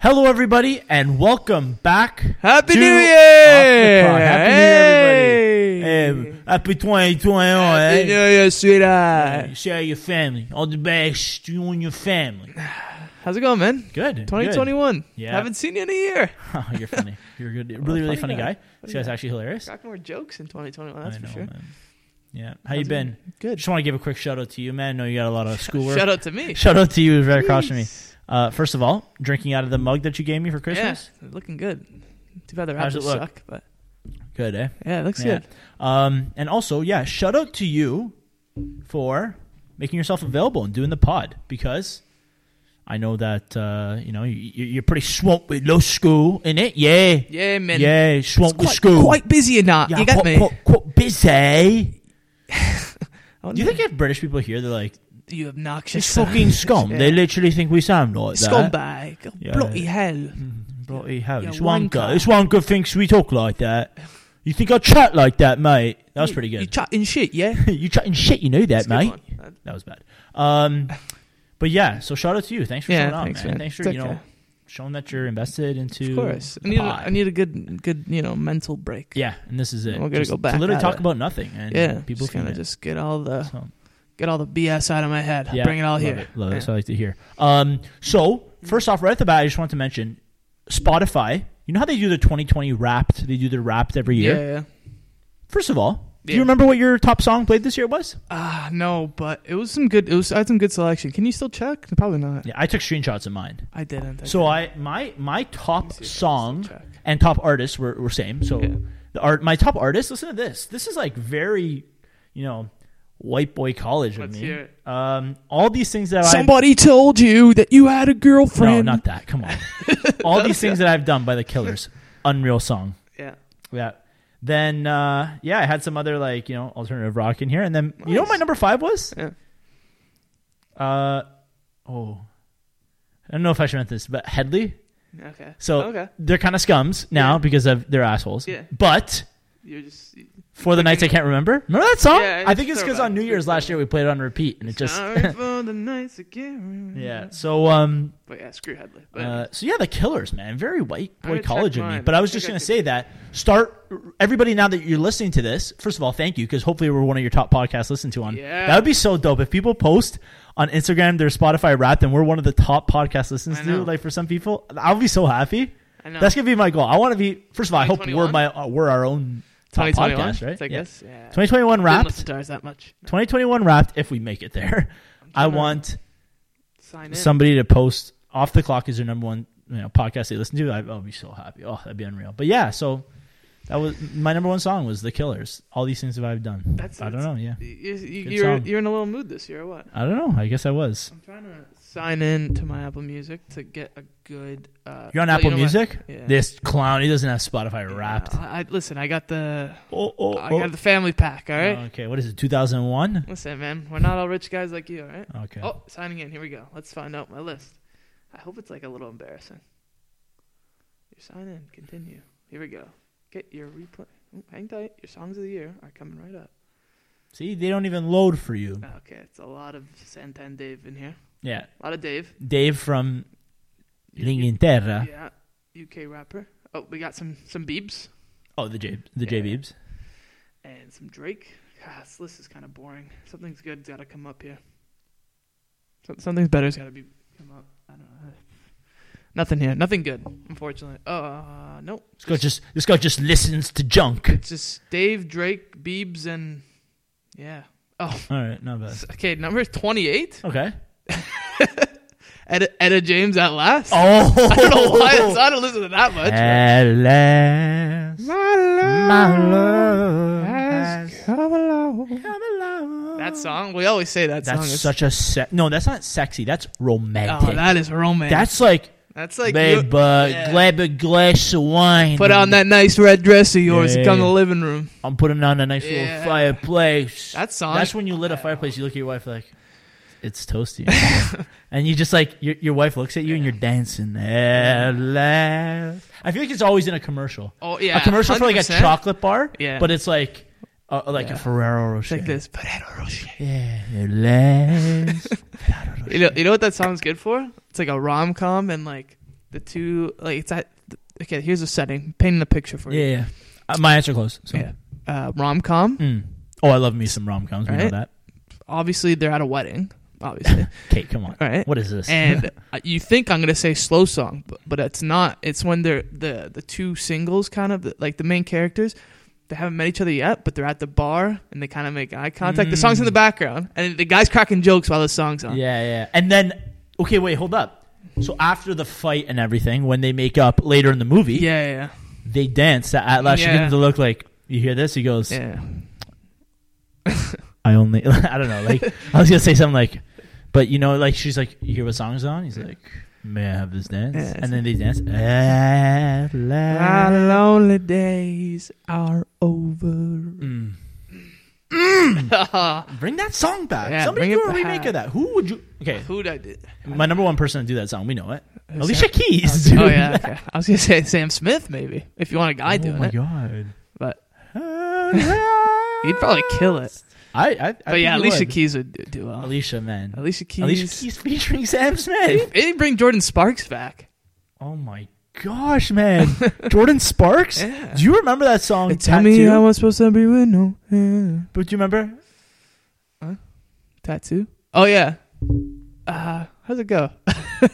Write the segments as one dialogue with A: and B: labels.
A: Hello, everybody, and welcome back.
B: Happy
A: to
B: New Year!
A: Off the Cuff. Happy New Year,
B: Hey!
A: everybody. Hey, Eh, happy 2021,
B: Happy
A: eh?
B: New Year, sweetheart.
A: Share your family. All the best to you and your family.
B: How's it going, man?
A: Good. good.
B: 2021.
A: Yeah. Oh,
B: Haven't Oh, seen you in a year.
A: You're funny. You're a good. Really, really funny guy. This guy's actually hilarious.
B: Got more jokes in 2021, that's
A: I
B: for
A: know,
B: sure.
A: man. Yeah. How you
B: How's it
A: been?
B: Good.
A: Just want to give a quick shout out to you, man. I know you got a lot of schoolwork.
B: Shout out to me.
A: Shout out to you right across from me.
B: Jeez.
A: Uh, first of all, drinking out of the mug that you gave me for Christmas.
B: Yeah, looking good. Too bad the
A: How's
B: Raptors
A: it look?
B: suck, but
A: Good, eh?
B: yeah, it looks
A: Yeah.
B: good.
A: Um, and also, yeah, shout out to you for making yourself available and doing the pod because I know that uh, you know you, you- you're pretty swamped with low school in it. Yeah,
B: Yeah, man.
A: yeah, swamped
B: Quite,
A: with school.
B: quite busy or not.
A: yeah,
B: you got
A: quite,
B: me.
A: Quite, quite busy.
B: Oh,
A: Do you
B: no.
A: think if British people hear, they're like,
B: you obnoxious
A: "This fucking scum"? They literally think we sound like that.
B: scumbag? Oh,
A: Yeah.
B: Bloody hell.
A: Bloody hell!
B: Yeah,
A: This one
B: wanker.
A: guy, this one guy thinks we talk like that. You think I chat like that, mate? That was
B: You-
A: pretty good.
B: You chatting shit, yeah?
A: you chatting shit. You knew
B: That's
A: that,
B: a good
A: mate.
B: one. That-
A: That was bad. Um, but yeah, so shout out to you. Thanks for
B: Yeah,
A: showing up,
B: thanks,
A: man.
B: man.
A: Thanks for
B: It's
A: you
B: okay.
A: know showing that you're invested into.
B: Of course. I
A: the
B: need, a,
A: pod.
B: I need a good, good, you know, mental break.
A: yeah, and this is it.
B: We're gonna
A: Just
B: go back
A: to literally
B: at
A: talk
B: it.
A: about nothing, and
B: yeah.
A: people
B: just kind
A: feel
B: of
A: it.
B: just get all the
A: So,
B: get all the BS out of my head.
A: yeah,
B: Bring it all
A: love
B: here.
A: It, love it.
B: Yeah.
A: That's what I like to hear. Um, so first off, right off the bat, I just want to mention Spotify. You know how they do the 2020 Wrapped? They do the Wrapped every
B: Yeah,
A: year.
B: yeah.
A: First of all, do you
B: Yeah.
A: remember what your top song played this year was?
B: Ah, no, but it was some good. It was I had some good selection. Can you still check? Probably not.
A: Yeah, I took screenshots of mine.
B: I didn't. I
A: So
B: didn't.
A: I my my top
B: see if I can still
A: song
B: check.
A: and top artists were, were same. So
B: Yeah.
A: the art my top artist, listen to this. This is like very, you know, white boy college of
B: Let's
A: me.
B: hear it.
A: Um all these things that I
B: somebody told you that you had a
A: No,
B: girlfriend.
A: not that. Come on. all these things that I've done by the Killers. Unreal song.
B: yeah.
A: Yeah. Then uh yeah, I had some other like, you know, alternative rock in here and then you know what my
B: Nice.
A: number 5 was?
B: Yeah.
A: Uh oh. I don't know if I should mention this, but Headley
B: Okay.
A: So
B: okay,
A: they're kind of scums now
B: Yeah.
A: because of they're assholes.
B: Yeah.
A: But
B: you're just you-
A: for the nights I can't remember. Remember that song?
B: Yeah,
A: I think it's
B: it's
A: because
B: throwback.
A: on New Year's last year we played it on repeat and it just
B: sorry for the nights again.
A: yeah. So um
B: But yeah, screw Headley. But
A: uh, so yeah, the Killers, man, very white
B: I'm
A: boy
B: gonna check
A: college in me.
B: mine.
A: But I was
B: I
A: just
B: think I
A: gonna
B: could-
A: say that start everybody now that you're listening to this. First of all, thank you because hopefully we're one of your top podcasts listened to on.
B: Yeah.
A: That would be so dope if people post on Instagram their Spotify Wrapped and we're one of the top podcasts listened
B: I
A: to.
B: know.
A: Like for some people, I'll be so happy.
B: I know.
A: That's gonna be my goal. I want to be. First of all, I hope we're
B: 2021?
A: my uh, we're our own top
B: 2021,
A: podcast, right?
B: I
A: Yeah.
B: guess. Yeah.
A: 2021
B: Didn't listen
A: wrapped.
B: to ours that much.
A: 2021 wrapped. If we make it there, I
B: trying to
A: want
B: Sign in.
A: somebody to post off the clock is their number one you know, podcast they listen to. I, I'll be so happy. Oh, that'd be unreal. But yeah, so that was my number one song was The Killers. All these things that I've done.
B: That's-
A: I don't know. Yeah,
B: You,
A: Good
B: are
A: song.
B: you're in a little mood this year, or what?
A: I don't know. I guess I was.
B: I'm trying to sign in to my Apple Music to get a good. Uh,
A: You're on
B: well, you
A: Apple
B: know what?
A: Music.
B: Yeah.
A: This clown. He doesn't have Spotify
B: Yeah,
A: Wrapped.
B: I, I- listen. I got the
A: Oh, oh,
B: I
A: oh.
B: got the family pack. All right.
A: Okay. What is it? 2001.
B: Listen, man. We're not all rich guys like you. All right.
A: Okay.
B: Oh, signing in. Here we go. Let's find out my list. I hope it's like a little embarrassing. Your sign in. Continue. Here we go. Get your replay. Ooh, hang tight. Your songs of the year are coming right up.
A: See, they don't even load for you.
B: Okay, it's a lot of Santan Dave in here.
A: Yeah.
B: A lot of Dave.
A: Dave from L'Inghilterra.
B: Yeah, UK rapper. Oh, we got some some Biebs
A: Oh, the J the
B: Yeah.
A: J Beebs.
B: and some Drake. God, this list is kind of boring. Something's good's got to come up here. So- Something's better's got to be come up. I don't know. Nothing here. Nothing good, unfortunately. Uh, nope.
A: This guy just this guy just listens to junk.
B: It's just Dave, Drake, Biebs, and yeah. Oh,
A: All right, not bad.
B: okay. Number twenty-eight.
A: Okay.
B: Etta, Etta James at last.
A: Oh, Eh.
B: I don't know why. It's, I don't listen to that much.
A: At last, my love has
B: come along.
A: come along.
B: That song. We always say that
A: That's
B: song. is-
A: such a se- no. That's not sexy. That's romantic.
B: Oh, that is romance.
A: that's like,
B: that's like
A: babe,
B: you
A: uh,
B: yeah.
A: grab a glass of wine.
B: put on that nice red dress of yours and come to
A: Yeah.
B: the living room.
A: I'm putting on a nice little
B: Yeah.
A: fireplace.
B: That song.
A: That's when you lit a fireplace. You look at your wife like, it's toasty, and you just like your, your wife looks at you and you're dancing. At last. I feel like it's always in a commercial.
B: oh yeah,
A: a commercial for like a
B: 100%.
A: chocolate bar,
B: Yeah.
A: but it's like uh, like a
B: Yeah.
A: Ferrero
B: It's
A: Rocher.
B: like this. Ferrero Rocher.
A: Yeah, at last.
B: You know, you know what that song's good for? It's like a rom com and like the two like it's at okay. Here's a setting. Painting a picture for
A: Yeah, yeah. Uh, my answer close. So.
B: you. Yeah. Uh, rom com.
A: Mm. Oh, I love me some rom coms. We know
B: Right.
A: that.
B: Obviously, they're at a wedding. Obviously.
A: Kate, come on.
B: All right.
A: What is this?
B: and uh, you think I'm gonna say slow song, but, but it's not. It's when they're the the two singles kind of like the main characters. They haven't met each other yet, but they're at the bar and they kind of make eye contact. The song's in the
A: Mm.
B: background, and the guy's cracking jokes while the song's
A: yeah,
B: on.
A: yeah. And then okay, wait, hold up. So after the fight and everything, when they make up later in the movie,
B: yeah, yeah,
A: they dance to Atlas. She
B: Yeah.
A: begins to look like you hear this. He goes,
B: yeah.
A: I only I don't know. Like I was gonna say something like, but you know, like she's like, you hear what song's on? He's like, may I have this dance?
B: Yeah, it's
A: and then they dance. Atlas.
B: My lonely days are over.
A: Mm. Bring that song back.
B: Yeah,
A: Somebody
B: bring
A: do
B: it
A: a remake of
B: back.
A: that. Who would you? Okay,
B: Who did I do?
A: my number one person to do that song. We know it.
B: Who's
A: Alicia
B: that?
A: Keys. Dude.
B: Oh yeah, okay. I was gonna say Sam Smith maybe if you want a guy
A: oh
B: doing
A: my
B: it,
A: god.
B: but
A: He'd
B: he'd probably kill it.
A: I. I, I
B: But yeah,
A: think he
B: Alicia
A: would.
B: Keys would do- do well.
A: Alicia, man.
B: Alicia Keys.
A: Alicia Keys featuring Sam Smith.
B: It didn't bring Jordan Sparks back.
A: Oh my gosh, man! Jordan Sparks.
B: Yeah.
A: Do you remember that song?
B: Tell me
A: Tattoo?
B: how I'm supposed to be with no yeah.
A: But do you remember?
B: tattoo. Oh yeah. Uh, how's it go?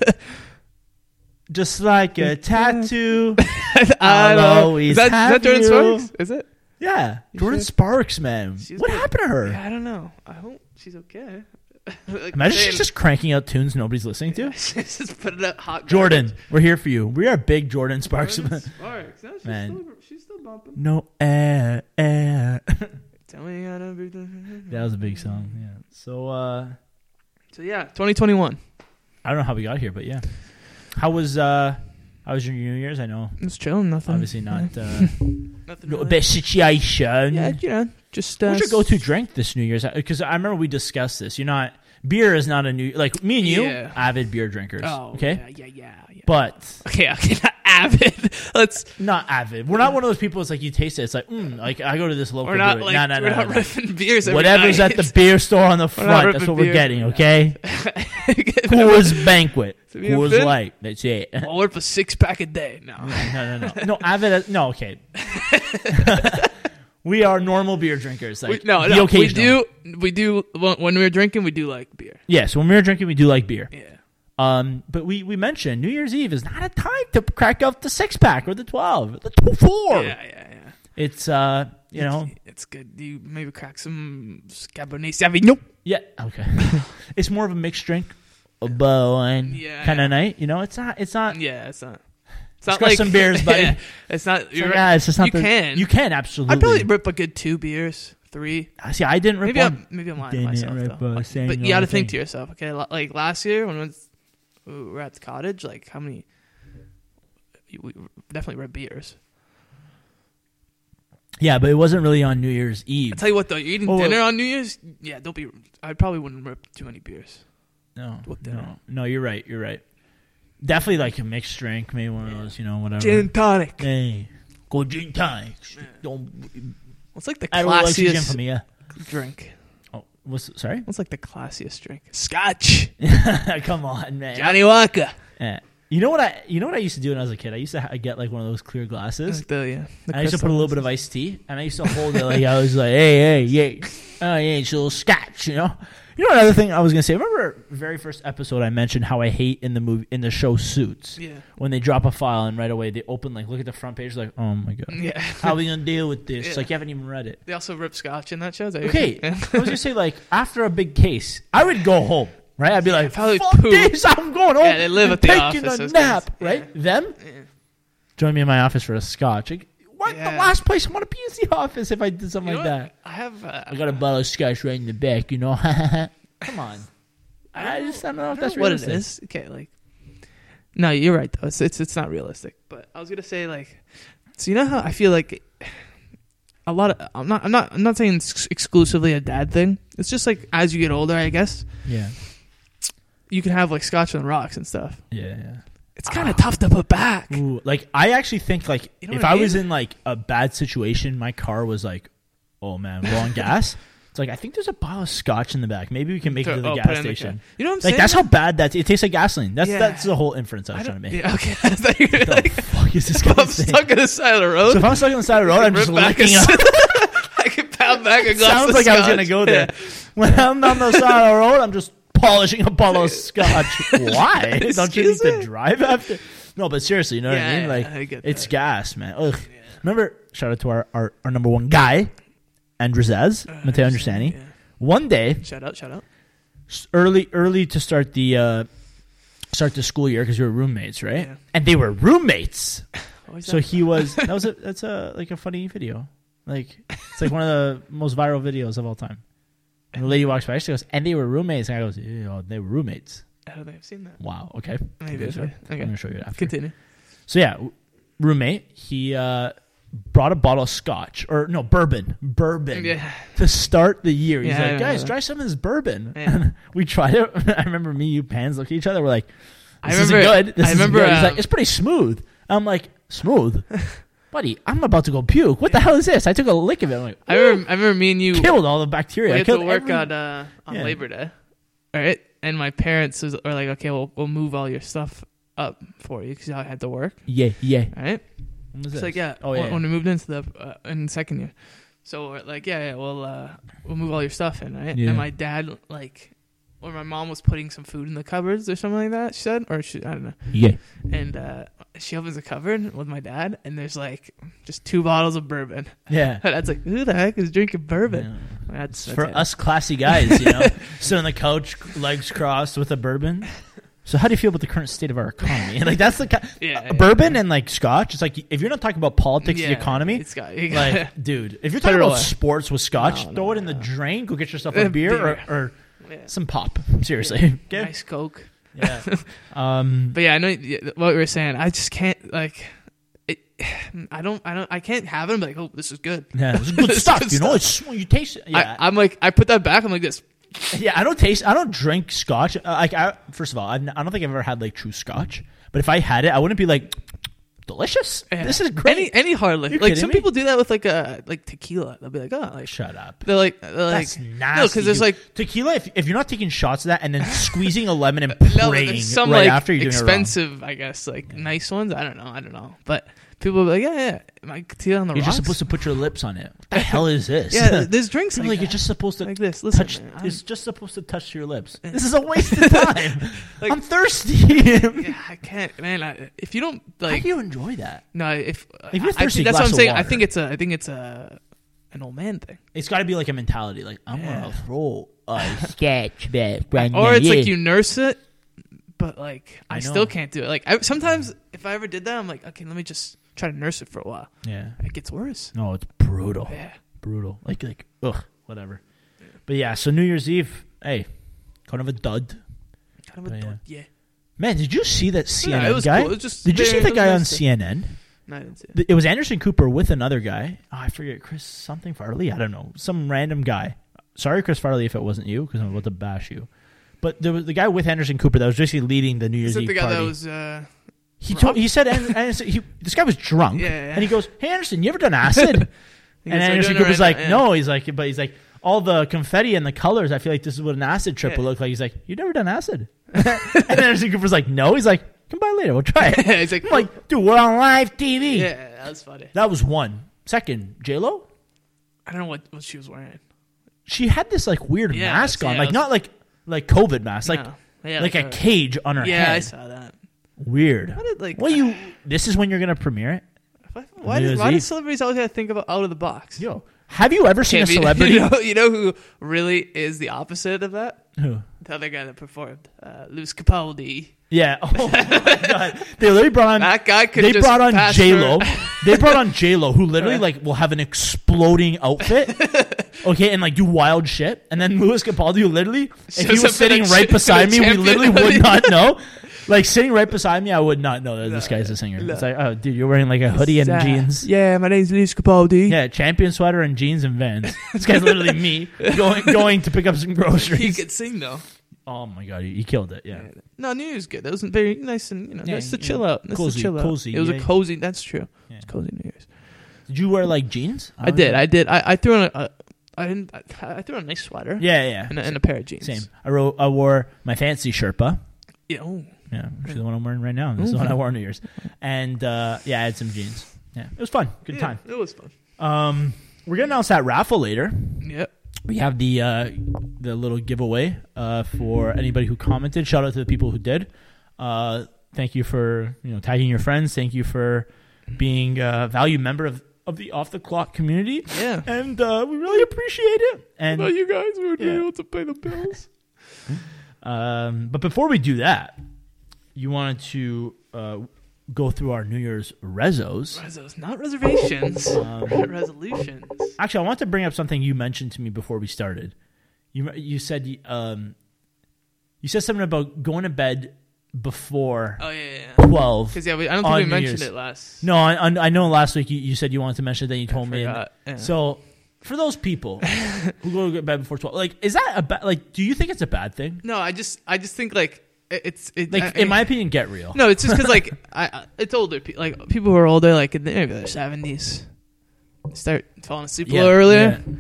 A: Just like a tattoo.
B: I
A: I'll
B: don't know.
A: always
B: Is that, is
A: have
B: that Jordan
A: you.
B: Sparks? Is it?
A: yeah,
B: You
A: Jordan
B: sure?
A: Sparks, man.
B: She's
A: what
B: good.
A: happened to her?
B: Yeah, I don't know. I hope she's okay. Like
A: Imagine
B: saying-
A: she's just cranking out tunes nobody's listening
B: Yeah,
A: to.
B: she's just putting up hot.
A: Jordan, we're here for you. We are big Jordan
B: garbage.
A: Sparks.
B: Jordan Sparks. No, she's
A: Man.
B: still she's still bumping.
A: no eh, air, air.
B: Tell me how to be the-
A: that was a big song. Yeah. So uh,
B: So yeah, 2021.
A: I don't know how we got here, but yeah. How was uh, how was your New Year's? I know
B: It's chilling. Nothing.
A: obviously not uh,
B: Nothing.
A: not a
B: really.
A: best situation.
B: Yeah, you know, just uh,
A: What's your go-to drink this New Year's? Because I remember we discussed this. You're not beer is not a new like me and you
B: Yeah.
A: avid beer drinkers.
B: Oh,
A: okay,
B: Yeah, yeah, yeah. yeah.
A: but
B: Okay, okay, not avid. Let's.
A: not avid. We're not one of those people. that's like you taste it. It's like mm, like I go to this local.
B: We're not
A: brewery.
B: like
A: no, no,
B: we're
A: no,
B: not
A: no, no.
B: ripping beers. Every
A: Whatever's
B: night.
A: at the beer store on the
B: We're not
A: front, that's
B: ripping
A: what we're
B: beer.
A: getting. Okay,
B: the.
A: Coors Banquet,
B: To be a
A: Coors
B: fin-
A: Light. That's it. no,
B: I'll rip a six pack a day. No,
A: no, no, no. Avid. No, okay. we are normal beer drinkers. Like
B: we, no,
A: the
B: no. We
A: occasional.
B: do. We do. When when we're drinking, we do like beer.
A: Yes, when we're drinking, we do like beer.
B: Yeah.
A: Um, but we, we mentioned New Year's Eve is not a time to crack up the six pack or the twelve, the two four.
B: Yeah, yeah, yeah.
A: It's uh, Oh. you know,
B: it's, it's good. You maybe crack some Cabernet Sauvignon.
A: yeah, okay. it's more of a mixed drink, a bow and
B: Yeah.
A: kind of night. You know, it's not, it's not.
B: Yeah, it's not.
A: Let's
B: It's not
A: crush
B: like
A: some beers, buddy.
B: yeah, it's not.
A: It's
B: You're,
A: like, ah, it's just not
B: you
A: the-
B: can.
A: you can absolutely.
B: I'd probably rip a good two beers, three.
A: I see. I didn't rip
B: maybe
A: one.
B: I'm maybe I'm lying to
A: Didn't
B: myself
A: rip a
B: though. Like, but
A: single
B: you got to think
A: thing.
B: to yourself, okay? li- Like last year when we was- we were at the cottage, like how many? We definitely read beers.
A: Yeah, but it wasn't really on New Year's Eve.
B: I tell you what though, you're eating
A: Oh, Well,
B: dinner on New Year's. Yeah, don't be. I probably wouldn't rip too many beers.
A: No,
B: What the
A: no,
B: hell?
A: no. You're right. You're right. Definitely like a mixed drink, maybe one of
B: Yeah.
A: those. You know, whatever.
B: Gin and tonic.
A: Hey, go gin tonic. Don't.
B: What's like the
A: I don't like gin
B: classiest
A: for me. Yeah.
B: drink?
A: Oh, what's sorry?
B: What's like the classiest drink? Scotch,
A: Come on, man.
B: Johnny Walker.
A: Eh. You know what I? You know what I used to do when I was a kid? I used to ha- get like one of those clear glasses.
B: Like the, yeah, Uh, the
A: and I used to put a
B: crystal
A: little bit of iced tea, and I used to hold it like I was like, hey, hey, yay, oh yeah, it's a little scotch, you know. You know another thing I was gonna say. Remember very first episode I mentioned how I hate in the movie in the show Suits
B: Yeah,
A: when they drop a file and right away they open like look at the front page like oh my god
B: yeah.
A: how are we gonna deal with this
B: Yeah.
A: like you haven't even read it.
B: They also rip scotch in that show. Is that your
A: Okay, I
B: thing?
A: was gonna say like after a big case, I would go home, right? I'd be like,
B: probably
A: "Fuck
B: poop."
A: this, I'm going home.
B: Yeah, they live
A: and
B: at the
A: taking
B: office, those
A: a nap,
B: guys.
A: right? Them
B: Yeah.
A: join me in my office for a scotch. Like, what the
B: Yeah.
A: last place I want to be is the office if I did something
B: You know
A: like
B: what?
A: that.
B: I have. Uh,
A: I got a bottle of scotch right in the back, you know. Come on, I
B: don't
A: just don't know if
B: I
A: that's
B: don't what
A: realistic.
B: it is. Okay, like no, you're right though. It's it's it's not realistic. But I was gonna say like, so you know how I feel like a lot of I'm not I'm not I'm not saying it's exclusively a dad thing. It's just like as you get older, I guess
A: yeah,
B: you can have like scotch on the rocks and stuff.
A: yeah,
B: It's kind of tough to put back.
A: yeah. Ah. Ooh, like I actually think like
B: You know
A: if
B: what
A: I
B: I
A: was
B: mean?
A: in like a bad situation, my car was like, oh man, we're on gas. It's like I think there's a bottle of scotch in the back. Maybe we can make it to the
B: Oh, put
A: gas
B: in
A: station.
B: ca- you know what I'm
A: Like
B: saying?
A: that's how bad that it tastes like gasoline. That's
B: Yeah.
A: that's the whole inference I
B: I
A: was
B: don't-
A: trying to make.
B: Yeah, okay. I thought you were gonna,
A: What the
B: like,
A: fuck is this
B: if
A: guy
B: I'm
A: saying?
B: stuck in the side of the road.
A: So if I'm stuck on the side of the road, I'm just
B: rip back
A: licking
B: a-
A: up.
B: I could pound back a glass.
A: Sounds
B: of
A: like I was
B: scotch.
A: gonna go there.
B: Yeah.
A: When I'm on the side of the road, I'm just polishing a bottle of scotch. Why? Don't you need
B: Excuse
A: to
B: me?
A: drive after? No, but seriously, you know what I
B: Yeah,
A: mean?
B: yeah,
A: Like
B: I get
A: it's
B: that.
A: gas, man. Ugh. Remember, shout out to our, our, our number one guy, Andrezez, Matteo Andrusani.
B: Uh, Yeah.
A: One day,
B: Shout out, shout out.
A: s- early early to start the uh, start the school year because we were roommates, right?
B: Yeah.
A: And they were roommates.
B: Always
A: So
B: that-
A: he was. That was a. That's a like a funny video. Like it's like one of the most viral videos of all time. And the lady walks by. She goes, "And they were roommates." And I goes, "Ew, oh, they were roommates."
B: I don't think I've seen that.
A: Wow. Okay.
B: Maybe.
A: Okay,
B: Okay.
A: sir. I'm gonna show you it after.
B: Continue.
A: So yeah, w- roommate. He uh, brought a bottle of scotch or no bourbon, bourbon
B: Yeah.
A: to start the year. He's
B: Yeah, I
A: like,
B: remember
A: "Guys,
B: that.
A: try some of this bourbon."
B: Yeah.
A: And we tried it. I remember me, you, pans looked at each other. We're like,
B: I
A: "This isn't
B: remember-
A: good." This
B: I
A: isn't
B: remember,
A: good. He's
B: um,
A: like, "It's pretty smooth." I'm like, "Smooth." Buddy, I'm about to go puke. What the hell is this? I took a lick of it. I'm like,
B: I remember, I remember me and you
A: killed all the bacteria.
B: we
A: I
B: had to
A: killed
B: work
A: every-
B: on uh, on
A: Yeah.
B: Labor Day, all right. And my parents was, were like, "Okay, we'll we'll move all your stuff up for you because I had to work."
A: Yeah, yeah.
B: All right.
A: What was
B: It's
A: this?
B: like yeah.
A: Oh
B: when,
A: yeah.
B: when we moved into the uh, in second year, so we're like yeah, yeah, we'll uh, we'll move all your stuff in, right?
A: Yeah.
B: And my dad like, or my mom was putting some food in the cupboards or something like that. She said, or she I don't know.
A: yeah.
B: And uh, she opens the cupboard with my dad, and there's like just two bottles of bourbon.
A: Yeah.
B: My dad's like, "Who the heck is drinking bourbon?"
A: Yeah.
B: That's,
A: It's
B: that's
A: for
B: it.
A: us classy guys, you know, sit on the couch, legs crossed with a bourbon. So how do you feel about the current state of our economy? like that's the ki-
B: Yeah,
A: a
B: yeah,
A: bourbon and like scotch. It's like if you're not talking about politics,
B: Yeah,
A: the economy,
B: It's got,
A: like dude, if you're talking about
B: Totally.
A: sports with scotch,
B: No, no,
A: throw it in the
B: no.
A: drain. Go get yourself
B: Uh,
A: a beer,
B: beer.
A: Or, or
B: Yeah.
A: some pop. Seriously, Okay?
B: nice Coke.
A: yeah. Um,
B: But yeah, I know yeah, what we were saying. I just can't like. It, I don't. I don't. I can't have it. I'm like, oh, this is good.
A: yeah, it's good
B: It's
A: stuff.
B: good
A: you know, it's you taste. it. Yeah,
B: I, I'm like, I put that back. I'm like this.
A: Yeah, I don't taste. I don't drink scotch. Uh, Like, I, first of all, I, I don't think I've ever had like true scotch. But if I had it, I wouldn't be like delicious.
B: Yeah.
A: This is great.
B: eh, Any any hard liquor.
A: You're
B: Like
A: kidding
B: some
A: me?
B: people do that with like a like tequila. They'll be like, oh, like
A: Shut up.
B: they're like they're like
A: That's nasty.
B: no, because there's
A: dude.
B: like
A: tequila. If, if you're not taking shots of that and then squeezing a lemon and praying
B: no, but there's some
A: right
B: like
A: after, you're doing
B: expensive. I guess like nice ones. I don't know. I don't know. But people will be like, yeah, yeah, my tequila on the
A: it wrong. You're
B: rocks.
A: just supposed to put your lips on it. What the hell is this?
B: yeah, there's drinks
A: It's like,
B: like,
A: you're
B: that.
A: just supposed to
B: like this. Listen,
A: touch.
B: man, I'm-
A: it's just supposed to touch your lips. This is a waste of time.
B: Like-
A: I'm thirsty.
B: yeah, I can't, man. I, if you don't
A: How
B: like,
A: do you enjoy that?
B: No, if,
A: If you're
B: I-
A: thirsty,
B: I think that's
A: glass
B: what I'm
A: of
B: saying. I
A: water.
B: think it's a I think it's a an old man thing.
A: It's got to be like a mentality. Like I'm
B: Yeah.
A: gonna throw a sketch back right now,
B: or it's
A: yeah.
B: like you nurse it, but like I,
A: I know.
B: still can't do it. Like I, sometimes if I ever did that, I'm like, okay, let me just try to nurse it for a while.
A: Yeah.
B: It gets worse.
A: No, it's brutal.
B: Yeah.
A: Brutal. Like like ugh, whatever. But yeah, so New Year's Eve, hey, kind of a dud.
B: Kind of a
A: But,
B: dud- yeah.
A: Man, did you Oh, see that CNN
B: Yeah, it was
A: guy?
B: cool. It was just
A: Did you see
B: very-
A: the
B: it
A: guy on
B: was nice to-
A: CNN?
B: No, I didn't see it.
A: Th- It was Anderson Cooper with another guy. Oh, I forget Chris something Farley. I don't know some random guy. Sorry, Chris Farley, if it wasn't you, because I'm about to bash you. But there was the guy with Anderson Cooper that was basically leading the New Year's
B: Is it
A: Eve
B: the guy
A: party.
B: that was? Uh,
A: He
B: Rob?
A: told he said and, Anderson, he, this guy was drunk,
B: Yeah, yeah, yeah.
A: and he goes, "Hey Anderson, you ever done acid?"
B: He
A: and
B: goes, "I'm
A: Anderson
B: doing it
A: Cooper's like,
B: right now," yeah.
A: "No," he's like, but he's like, all the confetti and the colors. I feel like this is what an acid trip
B: Yeah.
A: would look like. He's like, "You never done acid?" and Anderson Cooper's like, "No." He's like, "Come by later, we'll try it."
B: He's like,
A: I'm like, "Dude, we're on live TV."
B: yeah, that was funny.
A: That was one. Second, J Lo,
B: I don't know what, what she was wearing.
A: she had this like weird
B: Yeah,
A: mask
B: yeah,
A: on,
B: it
A: like
B: was-
A: not like like COVID mask, like
B: No. yeah,
A: like a
B: uh,
A: cage on her
B: Yeah, I
A: head.
B: saw that.
A: Weird.
B: How did, like-
A: well, you this is when you're gonna premiere it.
B: Why, why,
A: New
B: do,
A: Year's
B: why do
A: Eve.
B: celebrities always gotta think about out of the box?
A: Yo, have you ever seen a
B: Can't be-
A: celebrity?
B: You know, you know who really is the opposite of that?
A: Who?
B: The other guy that performed, uh, Luis Capaldi.
A: Yeah. Oh my god. They literally brought on.
B: That guy could
A: They
B: just
A: brought on
B: pass
A: J Lo.
B: for-
A: They brought on J Lo, who literally
B: Yeah.
A: like will have an exploding outfit, okay, and like do wild shit, and then Louis Capaldi, who literally, if he
B: Shows up
A: was
B: in
A: sitting
B: a
A: right
B: ch-
A: beside
B: a
A: me, we
B: champion
A: literally would
B: hoodie.
A: not know. Like sitting right beside me, I would not know that this guy's a singer.
B: no.
A: It's like, oh, dude, you're wearing like a hoodie and
B: Yeah.
A: jeans.
B: Yeah, my name's Luis Capaldi.
A: Yeah, champion sweater and jeans and Vans. This guy's literally me going going to pick up some groceries.
B: He could sing though.
A: oh my god, he he killed it. Yeah.
B: No, New Year's good. That was very nice and you know,
A: Yeah,
B: nice to
A: yeah.
B: chill out. Nice
A: Cozy,
B: to chill out.
A: cozy,
B: it was
A: yeah.
B: a cozy. That's true.
A: Yeah.
B: It's cozy New Year's.
A: Did you wear like jeans?
B: I did. I did. I, I threw in a, a I didn't. I, I threw on a nice sweater.
A: Yeah, yeah.
B: And a, and a pair of jeans.
A: Same. I wrote. I wore my fancy Sherpa.
B: Yeah. Oh,
A: Yeah, which is the one I'm wearing right now. This is the one I wore on New Year's. And uh, yeah, I had some jeans. Yeah, it was fun. Good
B: yeah,
A: time.
B: It was fun.
A: Um, we're gonna announce that raffle later.
B: Yep.
A: We have the uh, the little giveaway uh, for anybody who commented. Shout out to the people who did. Uh, thank you for you know tagging your friends. Thank you for being uh, a value member of, of the off the clock community.
B: Yeah.
A: And uh, we really appreciate it. And
B: Well, you guys we would
A: Yeah.
B: be able to pay the bills.
A: Um, but before we do that, you wanted to uh, go through our New Year's rezos.
B: Rezos, not reservations.
A: Um,
B: resolutions.
A: Actually, I want to bring up something you mentioned to me before we started. You you said um, you said something about going to bed before
B: Oh yeah. yeah.
A: twelve.
B: Because yeah, we, I don't
A: On
B: think we
A: New
B: mentioned
A: Year's.
B: it last.
A: No, I, I I know last week you, you said you wanted to mention it, then you told me. and-
B: forgot, yeah.
A: So for those people who go to bed before twelve, like is that a bad? Like, do you think it's a bad thing?
B: No, I just I just think like it- it's it,
A: Like,
B: I-
A: in
B: I-
A: my opinion, get real.
B: No, it's just because like I, I, it's older, pe- like people who are older, like in the- maybe their seventies, start falling asleep a
A: Yeah,
B: little earlier.
A: yeah.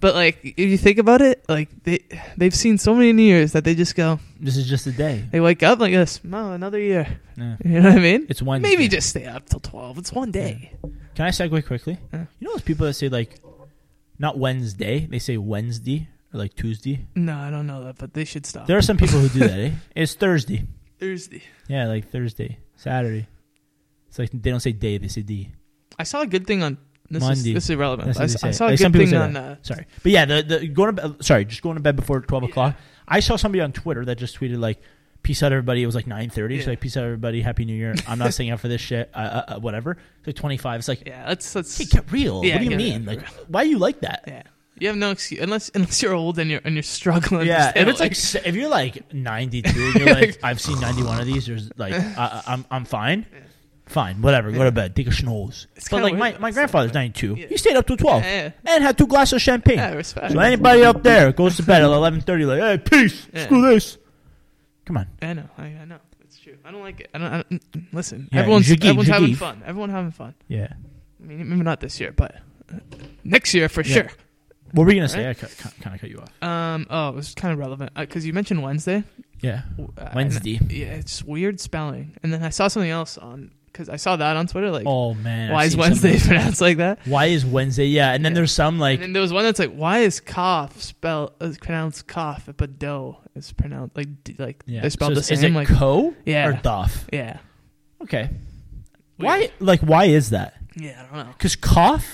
B: But like if you think about it, like they they've seen so many New Years that they just go,
A: This is just a day.
B: they wake up like this, oh, another year.
A: Yeah.
B: You know what I mean?
A: It's Wednesday.
B: Maybe just stay up till twelve. It's one day.
A: Can I segue quickly?
B: Yeah.
A: You know those people that say like, not Wednesday, they say Wednesday or like Tuesday.
B: No, I don't know that, but they should stop.
A: There are some people who do that. Eh? It's Thursday.
B: Thursday.
A: Yeah, like Thursday, Saturday. It's like they don't say day, they say D.
B: I saw a good thing on this.
A: Monday.
B: Is, this is irrelevant.
A: That's
B: I,
A: what
B: s-
A: they
B: I
A: say.
B: saw a
A: Like, some
B: good
A: people
B: thing
A: say
B: on.
A: that.
B: Uh,
A: Sorry, but yeah, the, the going to bed, sorry, just going to bed before twelve o'clock. I saw somebody on Twitter that just tweeted like, "Peace out, everybody." It was like nine thirty.
B: Yeah.
A: So like, "Peace out, everybody. Happy New Year." I'm not staying up for this shit. Uh, uh, uh, whatever. It's like twenty five. It's like,
B: yeah, let's let's.
A: hey, get real.
B: Yeah,
A: what do you
B: get
A: mean?
B: real.
A: Like, why you like that?
B: yeah, you have no excuse unless unless you're old and you're and you're struggling. to
A: Yeah,
B: stay
A: if it's
B: awake.
A: like s- if you're like 92, and you're like I've seen 91 of these. There's like I, I- I'm I'm fine, fine, whatever. Go to bed, take a schnoz.
B: It's
A: But
B: kinda
A: like my,
B: weird,
A: my
B: though.
A: grandfather's 92.
B: Yeah.
A: He stayed up till 12
B: Yeah,
A: and had two glasses of champagne.
B: yeah, respect.
A: so anybody up there goes to bed at 11:30, like hey, peace,
B: Yeah.
A: screw this. Come on,
B: I know, I, I know. It's true. I don't like it. I don't. I don't listen,
A: Yeah,
B: everyone's
A: Jiggy,
B: everyone's having
A: Jiggy.
B: fun. Everyone having fun.
A: yeah.
B: I mean, maybe not this year, but uh, next year for
A: Yeah.
B: sure.
A: What were we gonna say? I kind of cut you off.
B: Um. Oh, it was kind of relevant because you mentioned Wednesday.
A: Yeah,
B: W- uh, and-
A: Wednesday.
B: yeah, it's weird spelling. And then I saw something else on because I saw that on Twitter. Like,
A: Oh man,
B: why
A: I've
B: is
A: seen
B: Wednesday
A: some-
B: pronounced like that?
A: Why is Wednesday? Yeah, and then
B: Yeah.
A: there's some like
B: and then there was one that's like, why is cough spell is pronounced cough, but dough is pronounced like d- like
A: yeah.
B: they're spelled
A: So
B: the
A: is- Is
B: same.
A: it
B: Like,
A: co or
B: yeah,
A: doff?
B: yeah,
A: Okay. Why
B: Weird.
A: like why is that?
B: yeah. I don't know.
A: Because cough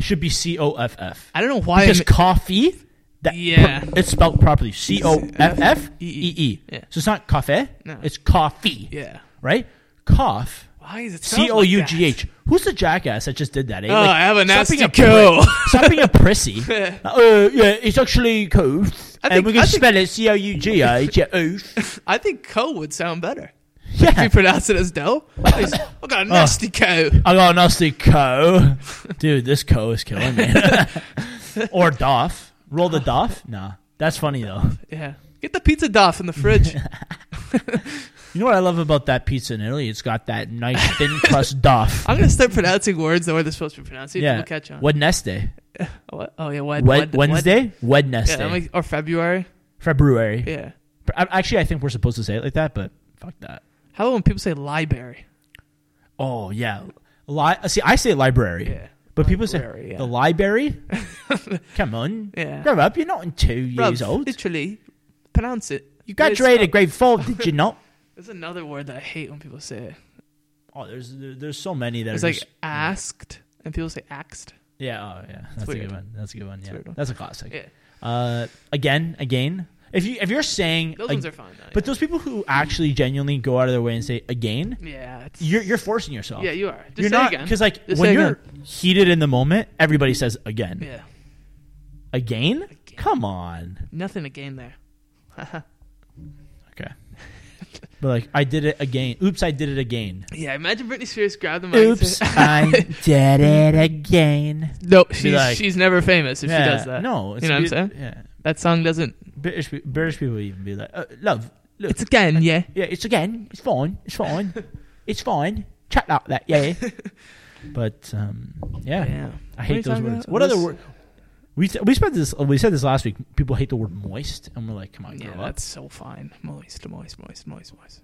A: should be C O F F.
B: I don't know why.
A: Because
B: I'm-
A: coffee, that
B: Yeah. E.
A: pro- it's spelled properly C O F F E E.
B: Yeah.
A: So it's not cafe.
B: No.
A: It's coffee,
B: yeah.
A: right? Cough.
B: Why is it
A: C O U G H. Who's the jackass that just did that? Eh?
B: Oh, I have a
A: stop being
B: nasty
A: pri-
B: cow.
A: Stop being a prissy.
B: Yeah.
A: Uh, yeah, it's actually cough,
B: I
A: and
B: think-
A: we can
B: I think-
A: spell it C O U G H. Yeah, oof.
B: I think "co" would sound better. If
A: yeah.
B: you pronounce it as "dough," I got
A: Oh.
B: a nasty cow.
A: I got a nasty co. Dude, this co is killing me. or doff. Roll the doff? Nah. That's funny though.
B: Yeah, get the pizza doff in the fridge.
A: You know what I love about that pizza in Italy? It's got that nice thin crust doff.
B: I'm gonna start pronouncing words the way they're supposed to be pronounced. Yeah,
A: Yeah.
B: people catch on.
A: Wednesday.
B: What? Oh yeah, wed,
A: Wed-
B: wed- wed-
A: Wednesday?
B: Yeah,
A: Wednesday.
B: that makes- or February.
A: February.
B: Yeah.
A: I- Actually, I think we're supposed to say it like that, but fuck that.
B: How about when people say library?
A: Oh, yeah. Li- uh, see, I say library.
B: Yeah.
A: But people say
B: Library, yeah.
A: the library? Come on.
B: Yeah.
A: Grow up. You're not in two
B: Bruv,
A: years old.
B: Literally, pronounce it.
A: You
B: Where's-
A: graduated grade four, did you not?
B: There's another word that I hate when people say it.
A: Oh, there's there- there's so many that
B: It's
A: are
B: like
A: just-
B: asked, and people say axed.
A: yeah, oh yeah, that's a
B: weird.
A: good one. That's a good one. Yeah,
B: weird one.
A: that's a classic.
B: Yeah,
A: Uh, again, again. If you if you're saying,
B: those
A: like-
B: ones are fine. Though,
A: but those people who actually genuinely go out of their way and say again,
B: yeah, yeah, it's,
A: you're you're forcing yourself.
B: yeah, you are. Just
A: you're
B: say
A: not
B: again.
A: because like
B: Just
A: when
B: say
A: you're heated in the moment, everybody says again,
B: yeah,
A: again.
B: Again.
A: Come on,
B: nothing to gain there.
A: okay. but like I did it again. Oops, I did it again.
B: Yeah, imagine Britney Spears grabbed the mic. and
A: Oops,
B: said-
A: I did it again.
B: no, she's,
A: like-
B: she's never famous if
A: yeah,
B: she does that.
A: no,
B: You know what I'm
A: be-
B: saying?
A: Yeah.
B: that song doesn't.
A: British pe- British people even be like, uh, "Love, look,
B: It's again, yeah.
A: yeah, it's again, it's fine, it's fine, it's fine." Chat like that, yeah. but um, yeah, I
B: What are you
A: hate those
B: talking
A: words.
B: about?
A: What other
B: This-
A: word? We, we spent this we said this last week. People hate the word moist, and we're like, come on,
B: yeah,
A: grow up.
B: that's so fine. Moist, moist, moist, moist, moist.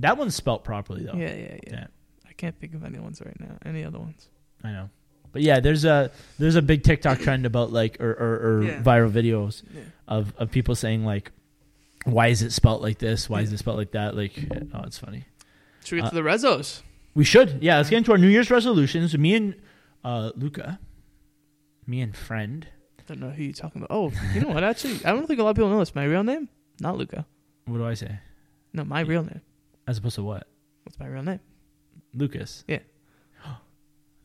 A: That one's spelt properly though.
B: Yeah, yeah, yeah,
A: Yeah.
B: I can't think of any ones right now. Any other ones?
A: I know. But yeah, there's a there's a big TikTok trend about like or or, or
B: Yeah.
A: viral videos
B: Yeah.
A: of of people saying like, why is it spelt like this? Why is
B: Yeah.
A: it spelt like that? Like, oh, it's funny.
B: Should we get
A: Uh,
B: to the rezos?
A: We should. Yeah, let's get into our New Year's resolutions. Me and uh, Luca, me and friend.
B: don't know who you're talking about. Oh, you know what? Actually, I don't think a lot of people know this. My real name, not Luca.
A: What do I say?
B: No, my real name.
A: As opposed to what?
B: What's my real name?
A: Lucas.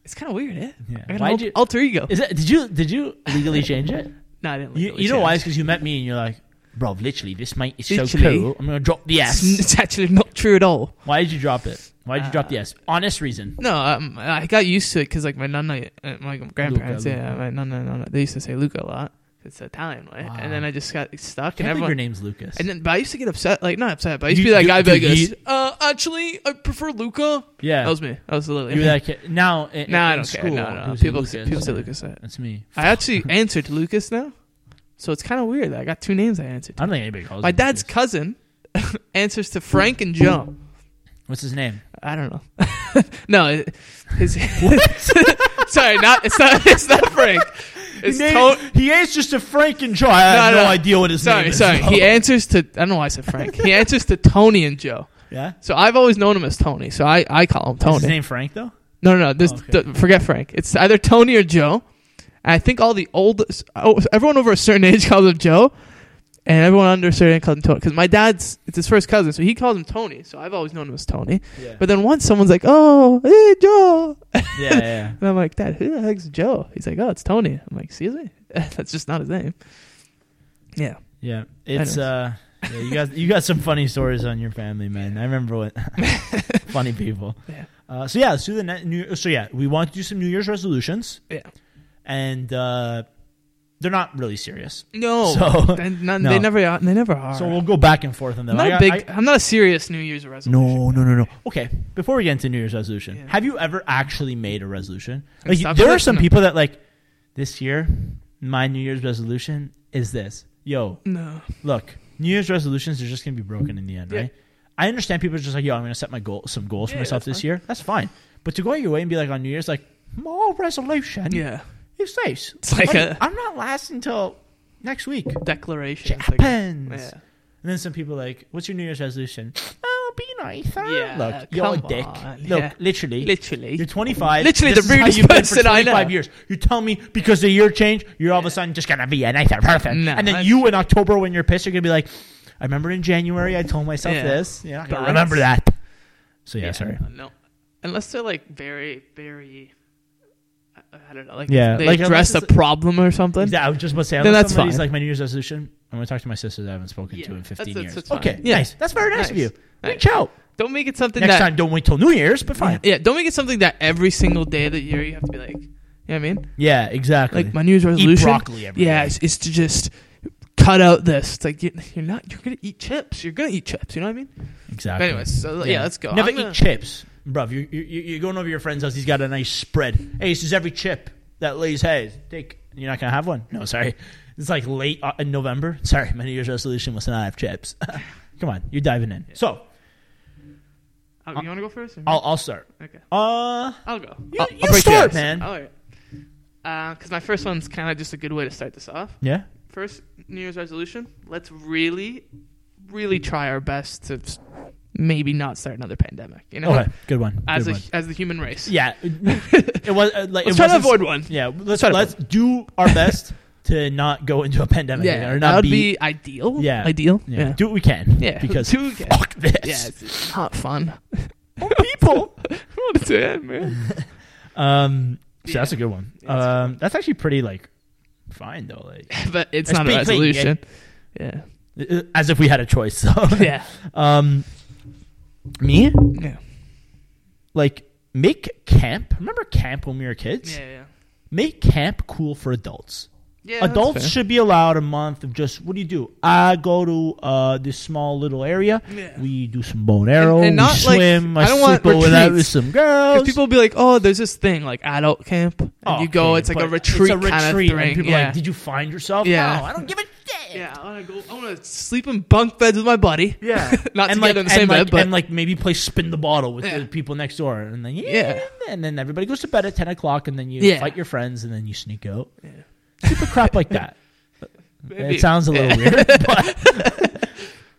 B: It's kind of weird, eh? I
A: Yeah.
B: got
A: Why
B: an
A: did you?
B: al- alter ego.
A: Is that did you did you legally change it?
B: no, I didn't.
A: You,
B: legally
A: you know why?
B: change.
A: It's because you met me and you're like, bro, literally, this mate is
B: Literally.
A: so cool. I'm gonna drop the
B: It's,
A: S.
B: it's actually not true at all.
A: why did you drop it? Why did you drop the
B: Uh,
A: S? Honest reason.
B: No, um, I got used to it because like my nonna, uh, my grandparents,
A: Luca,
B: yeah,
A: Luca.
B: my nonna, nonna, they used to say Luca a lot. It's Italian, right? And then
A: Wow.
B: I just got
A: I
B: stuck,
A: can't
B: and
A: believe
B: everyone.
A: your name's Lucas.
B: And then, but I used to get upset, like not upset, but I used
A: You-
B: to be that
A: you-
B: guy, be like,
A: dude, you-
B: this, uh, actually, I prefer Luca.
A: yeah,
B: That was me. That was literally
A: you were
B: me.
A: that kid. Now, in,
B: Nah,
A: in
B: I don't
A: school,
B: care. No,
A: it
B: no,
A: was
B: people,
A: Lucas.
B: people say Lucas. uh,
A: That's me.
B: I actually answer to Lucas now, so it's kind of weird. that I got two names I answered.
A: I
B: To.
A: don't think anybody calls.
B: My
A: him
B: dad's
A: Lucas.
B: cousin answers to Frank and Joe.
A: What's his name?
B: I don't know. no, it- his. sorry, not it's not it's not Frank. It's
A: he, named-
B: to-
A: he answers to Frank and Joe. I have
B: No,
A: no,
B: no.
A: idea what his name
B: sorry,
A: is.
B: sorry. He
A: though.
B: answers to I don't know why I said Frank. He answers to Tony and Joe.
A: yeah.
B: So I've always known him as Tony. So I, I call him
A: Is his
B: Tony.
A: name Frank though?
B: No, no, no. This
A: Oh, okay.
B: th- forget Frank. It's either Tony or Joe. And I think all the old oh, everyone over a certain age calls him Joe, and everyone under a certain age calls him Tony. Because my dad's it's his first cousin, so he calls him Tony. So I've always known him as Tony.
A: Yeah.
B: But then once someone's like, "Oh, hey Joe,"
A: yeah, yeah, yeah.
B: and I'm like, "Dad, who the heck's Joe?" He's like, "Oh, it's Tony." I'm like, "Excuse me, that's just not his name." Yeah.
A: Yeah, it's
B: know.
A: uh, yeah, you got you got some funny stories on your family, man. I remember what funny people.
B: Yeah.
A: Uh, so yeah, let's do the ne- new. So yeah, we want to do some New Year's resolutions,
B: Yeah.
A: and uh, they're not really serious.
B: No.
A: So-
B: they, no,
A: no.
B: they never are. They never are.
A: So we'll go back and forth on them.
B: I'm not
A: I
B: a
A: got-
B: big.
A: I-
B: I, am not a serious New Year's resolution.
A: no, no, no, no. Okay, before we get into New Year's resolution,
B: Yeah.
A: have you ever actually made a resolution?
B: And
A: Like,
B: stop
A: there
B: doing
A: are
B: it?
A: some
B: No.
A: people that like this year. My New Year's resolution is this. Yo,
B: No.
A: look, New Year's resolutions are just going to be broken in the end,
B: Yeah.
A: right? I understand people are just like, yo, I'm going to set my goal, some goals for
B: Yeah,
A: myself
B: that's
A: this
B: fine.
A: year. That's fine. But to go your way and be like on New Year's, like, my resolution
B: Yeah.
A: is this.
B: It's like
A: Buddy,
B: a-
A: I'm not lasting until next week.
B: Declaration. It's like-
A: Happens.
B: yeah.
A: And then some people are like, what's your New Year's resolution? Oh, be nice. huh?
B: Yeah,
A: Look, you're a
B: come
A: dick.
B: on.
A: Look,
B: Yeah.
A: literally. You're
B: Literally.
A: 25.
B: Literally
A: This
B: the
A: is how
B: rudest
A: you've been
B: person I know.
A: For 25 years. You tell me because the year changed, you're all of a sudden just gonna be a nicer person.
B: No,
A: and then
B: that's
A: you in October when you're pissed, you're gonna be like, I remember in January I told myself
B: Yeah.
A: this. Yeah, I
B: But
A: gotta remember that. So yeah, sorry.
B: No. Unless they're like very, very. I, I don't know. Like
A: Yeah,
B: they
A: like,
B: address
A: unless
B: a problem or something.
A: Yeah, I was just about to say.
B: Then
A: unless
B: that's
A: somebody's
B: fine.
A: like my New Year's resolution. I'm gonna talk to my sisters I haven't spoken
B: Yeah,
A: to in 15
B: that's-
A: years.
B: that's fine.
A: okay,
B: Yeah.
A: nice. That's very nice, of
B: Nice.
A: you.
B: Nice.
A: Reach out
B: Don't make it something
A: next
B: that.
A: time. Don't wait till New Year's, but fine.
B: Yeah. Don't make it something that every single day that year you have to be like. You know what I mean?
A: Yeah, exactly.
B: Like my New Year's
A: Eat
B: resolution.
A: broccoli every
B: yeah,
A: day.
B: it's, it's to just cut out this. It's like you- you're not. You're gonna eat chips. You're gonna eat chips. You know what I mean? But
A: exactly.
B: anyways, so, yeah. let's go.
A: Never
B: I'm gonna-
A: eat chips, bruv. You, you you- you're going over to your friend's house. He's got a nice spread. Hey, this is every chip that Lay's has. Take. You're not gonna have one. No, sorry. It's like late uh, in November. Sorry, my New Year's resolution was to not have chips. Come on, you're diving in. So
B: Oh, you want to go first? or me?
A: I'll I'll start.
B: okay.
A: Uh,
B: I'll go.
A: you,
B: I'll,
A: you
B: I'll break
A: start,
B: the ice.
A: man.
B: All right. Because my first one's kind of just a good way to start this off.
A: Yeah.
B: First New Year's resolution: let's really, really try our best to s- maybe not start another pandemic. You know,
A: Okay. Good one.
B: as
A: good
B: a,
A: one.
B: as the human race.
A: Yeah. It was uh, like it
B: Let's try to
A: wasn't-
B: avoid one.
A: Yeah. Let's
B: try to
A: let's do our best to not go into a pandemic or
B: that
A: not
B: would be, ideal.
A: Yeah.
B: ideal.
A: yeah, Do what we can.
B: Yeah,
A: Because
B: do what we can.
A: fuck this.
B: Yeah, it's, it's not fun.
A: people.
B: What a damn, man.
A: Um, so
B: Yeah.
A: that's a good one.
B: Yeah, that's a good
A: um, that's actually pretty like fine though. Like
B: but it's
A: That's
B: not a
A: big thing,
B: resolution. Yeah.
A: uh, as if we had a choice. So
B: Yeah.
A: Um, me
B: Yeah.
A: like make camp. Remember camp when we were kids?
B: Yeah.
A: Make camp cool for adults.
B: Yeah, that's
A: Adults
B: fair.
A: should be allowed a month of just what do you do? I go to uh, this small little area.
B: Yeah.
A: We do some bow and arrow.
B: and not,
A: we
B: like,
A: swim.
B: I
A: I,
B: don't want
A: sleep over that with
B: retreats.
A: some girls.
B: 'Cause people will be like, "Oh, there's this thing like adult camp, and you go.
A: Oh, Okay,
B: It's like a
A: but
B: retreat,
A: It's a
B: kind
A: retreat,
B: of thing.
A: and people are
B: yeah.
A: like, "Did you find yourself?"
B: Yeah.
A: No, I don't give a shit.
B: yeah, I want to go. I want to sleep in bunk beds with my buddy.
A: Yeah.
B: not
A: and
B: together
A: like,
B: in the same
A: and, like,
B: bed, but
A: and like maybe play spin the bottle with
B: Yeah.
A: the people next door, and then yeah,
B: Yeah.
A: and then everybody goes to bed at ten o'clock, and then you
B: Yeah.
A: fight your friends, and then you sneak out. Super crap like that.
B: Maybe.
A: It sounds a little weird, but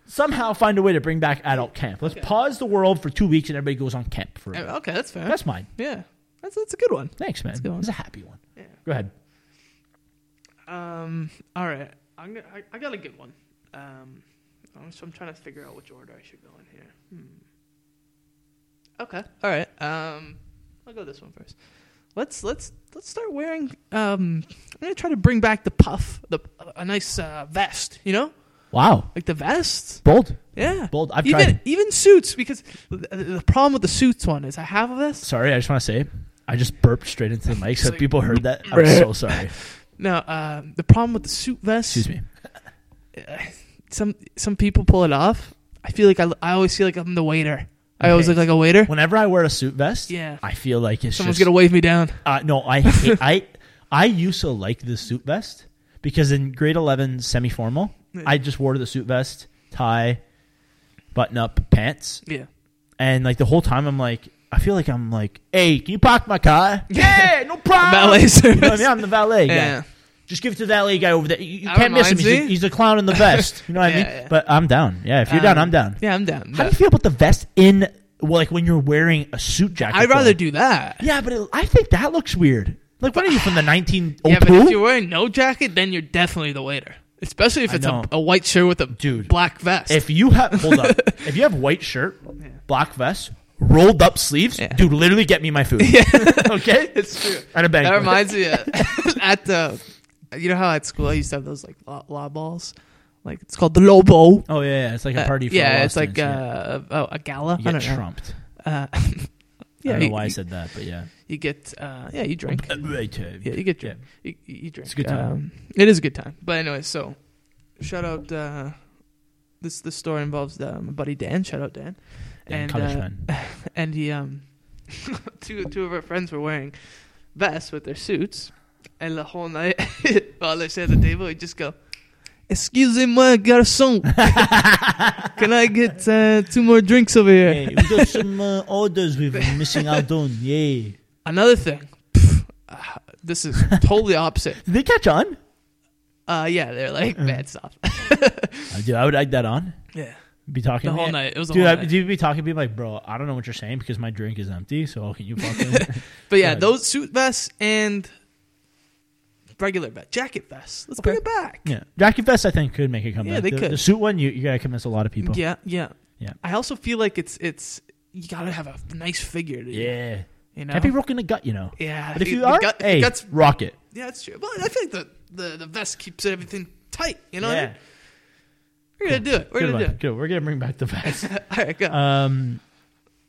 A: somehow find a way to bring back adult camp. Let's pause the world for two weeks, and everybody goes on camp for. a bit.
B: okay, that's fair.
A: That's mine.
B: yeah, that's that's a good one.
A: Thanks, man.
B: good one.
A: It's a happy one.
B: Yeah.
A: Go ahead.
B: Um. All right. I'm gonna, I, I got a good one. Um. I'm, so I'm trying to figure out which order I should go in here. Hmm. Okay. All right. Um. I'll go this one first. Let's let's let's start wearing. Um. I'm gonna try to bring back the puff, the a nice uh, vest. You know,
A: Wow,
B: like the vest.
A: bold,
B: Yeah.
A: bold. I've
B: even
A: tried.
B: even suits because the, the problem with the suits one is I have this.
A: Sorry, I just want to say, I just burped straight into the mic, so
B: like-
A: if people heard that. I'm so sorry.
B: No, uh, the problem with the suit vest. uh,
A: Excuse me.
B: some some people pull it off. I feel like I, I always feel like I'm the waiter. I always
A: Okay.
B: look like a waiter.
A: Whenever I wear a suit vest,
B: Yeah.
A: I feel like it's
B: Someone's
A: just
B: gonna wave me down.
A: Uh, no, I hate, I I used to like the suit vest because in grade eleven semi formal,
B: Yeah.
A: I just wore the suit vest, tie, button up pants,
B: Yeah.
A: and like the whole time I'm like, I feel like I'm like, hey, can you park my car? yeah, no problem.
B: Ballet
A: You know what I
B: service.
A: mean? I'm the valet guy.
B: Yeah.
A: Just give it to that LA guy over there. You, you
B: I
A: can't
B: don't
A: miss him. He's
B: mind,
A: a,
B: see?
A: he's a clown in the vest. You know what I
B: Yeah,
A: mean?
B: yeah.
A: But I'm down. Yeah, if you're down,
B: Um,
A: I'm down.
B: Yeah, I'm down.
A: How do you feel about the vest in, well, like when you're wearing a suit jacket?
B: I'd
A: though?
B: rather do that.
A: Yeah, but it, I think that looks weird. Like, what are you from the 1902?
B: Yeah, but if you're wearing no jacket, then you're definitely the waiter. Especially if
A: I
B: it's a,
A: know.
B: a white shirt with a
A: Dude.
B: black vest.
A: if you have hold up, if you have white shirt, black vest, rolled up sleeves,
B: Yeah.
A: dude, literally get me my food. okay,
B: it's true.
A: at a bank.
B: That reminds me of, at the you know how at school I used to have those like law, law balls, like it's called the Lobo.
A: oh yeah, yeah, it's like a
B: Uh,
A: party. for
B: yeah,
A: law
B: it's like
A: students,
B: uh, a, a gala.
A: yeah.
B: I
A: you
B: don't
A: get
B: know.
A: trumped.
B: Uh,
A: I
B: yeah,
A: don't know
B: you-
A: why I
B: you-
A: said that, but yeah,
B: you get uh yeah you drink
A: Right, uh,
B: yeah you get
A: yeah.
B: drink you, you drink
A: It's a good time.
B: Um, it is a good time but anyway so shout out uh this this story involves uh, my buddy Dan shout out Dan
A: Damn
B: and
A: college
B: uh,
A: man.
B: and he um two two of our friends were wearing vests with their suits and the whole night while they sat at the table he just go excuse me my garçon can I get uh, two more drinks over here
A: Hey, we got some uh, orders we've been missing out on. Yay!
B: another thing pff, uh, this is totally opposite
A: Did they catch on?
B: uh yeah they're like
A: Mm.
B: bad stuff
A: Uh, dude, I would egg that on.
B: Yeah.
A: Be talking
B: The
A: to
B: whole
A: me.
B: night. It was the
A: Dude,
B: whole
A: I,
B: night.
A: dude, be talking to me like, bro, I don't know what you're saying because my drink is empty. So can you fucking?
B: but yeah,
A: ahead.
B: those suit vests and regular vest, jacket vests. Let's bring
A: Okay.
B: it back.
A: yeah, Jacket Vest, I think could make a comeback.
B: Yeah, they
A: the,
B: could.
A: The suit one, you you gotta convince a lot of people.
B: Yeah, yeah,
A: Yeah.
B: I also feel like it's it's you gotta have a nice figure. To
A: yeah.
B: you know.
A: Can't be rocking the gut, you know.
B: yeah,
A: But if
B: the-
A: you
B: the
A: are,
B: gut- the
A: hey,
B: guts-
A: rock it.
B: yeah, that's true. But I feel like the the, the vest keeps everything tight. You know, what I
A: yeah,
B: mean? we're gonna do it. We're
A: good
B: gonna
A: one. Good. We're gonna bring back the vest.
B: do it. All right, go.
A: um,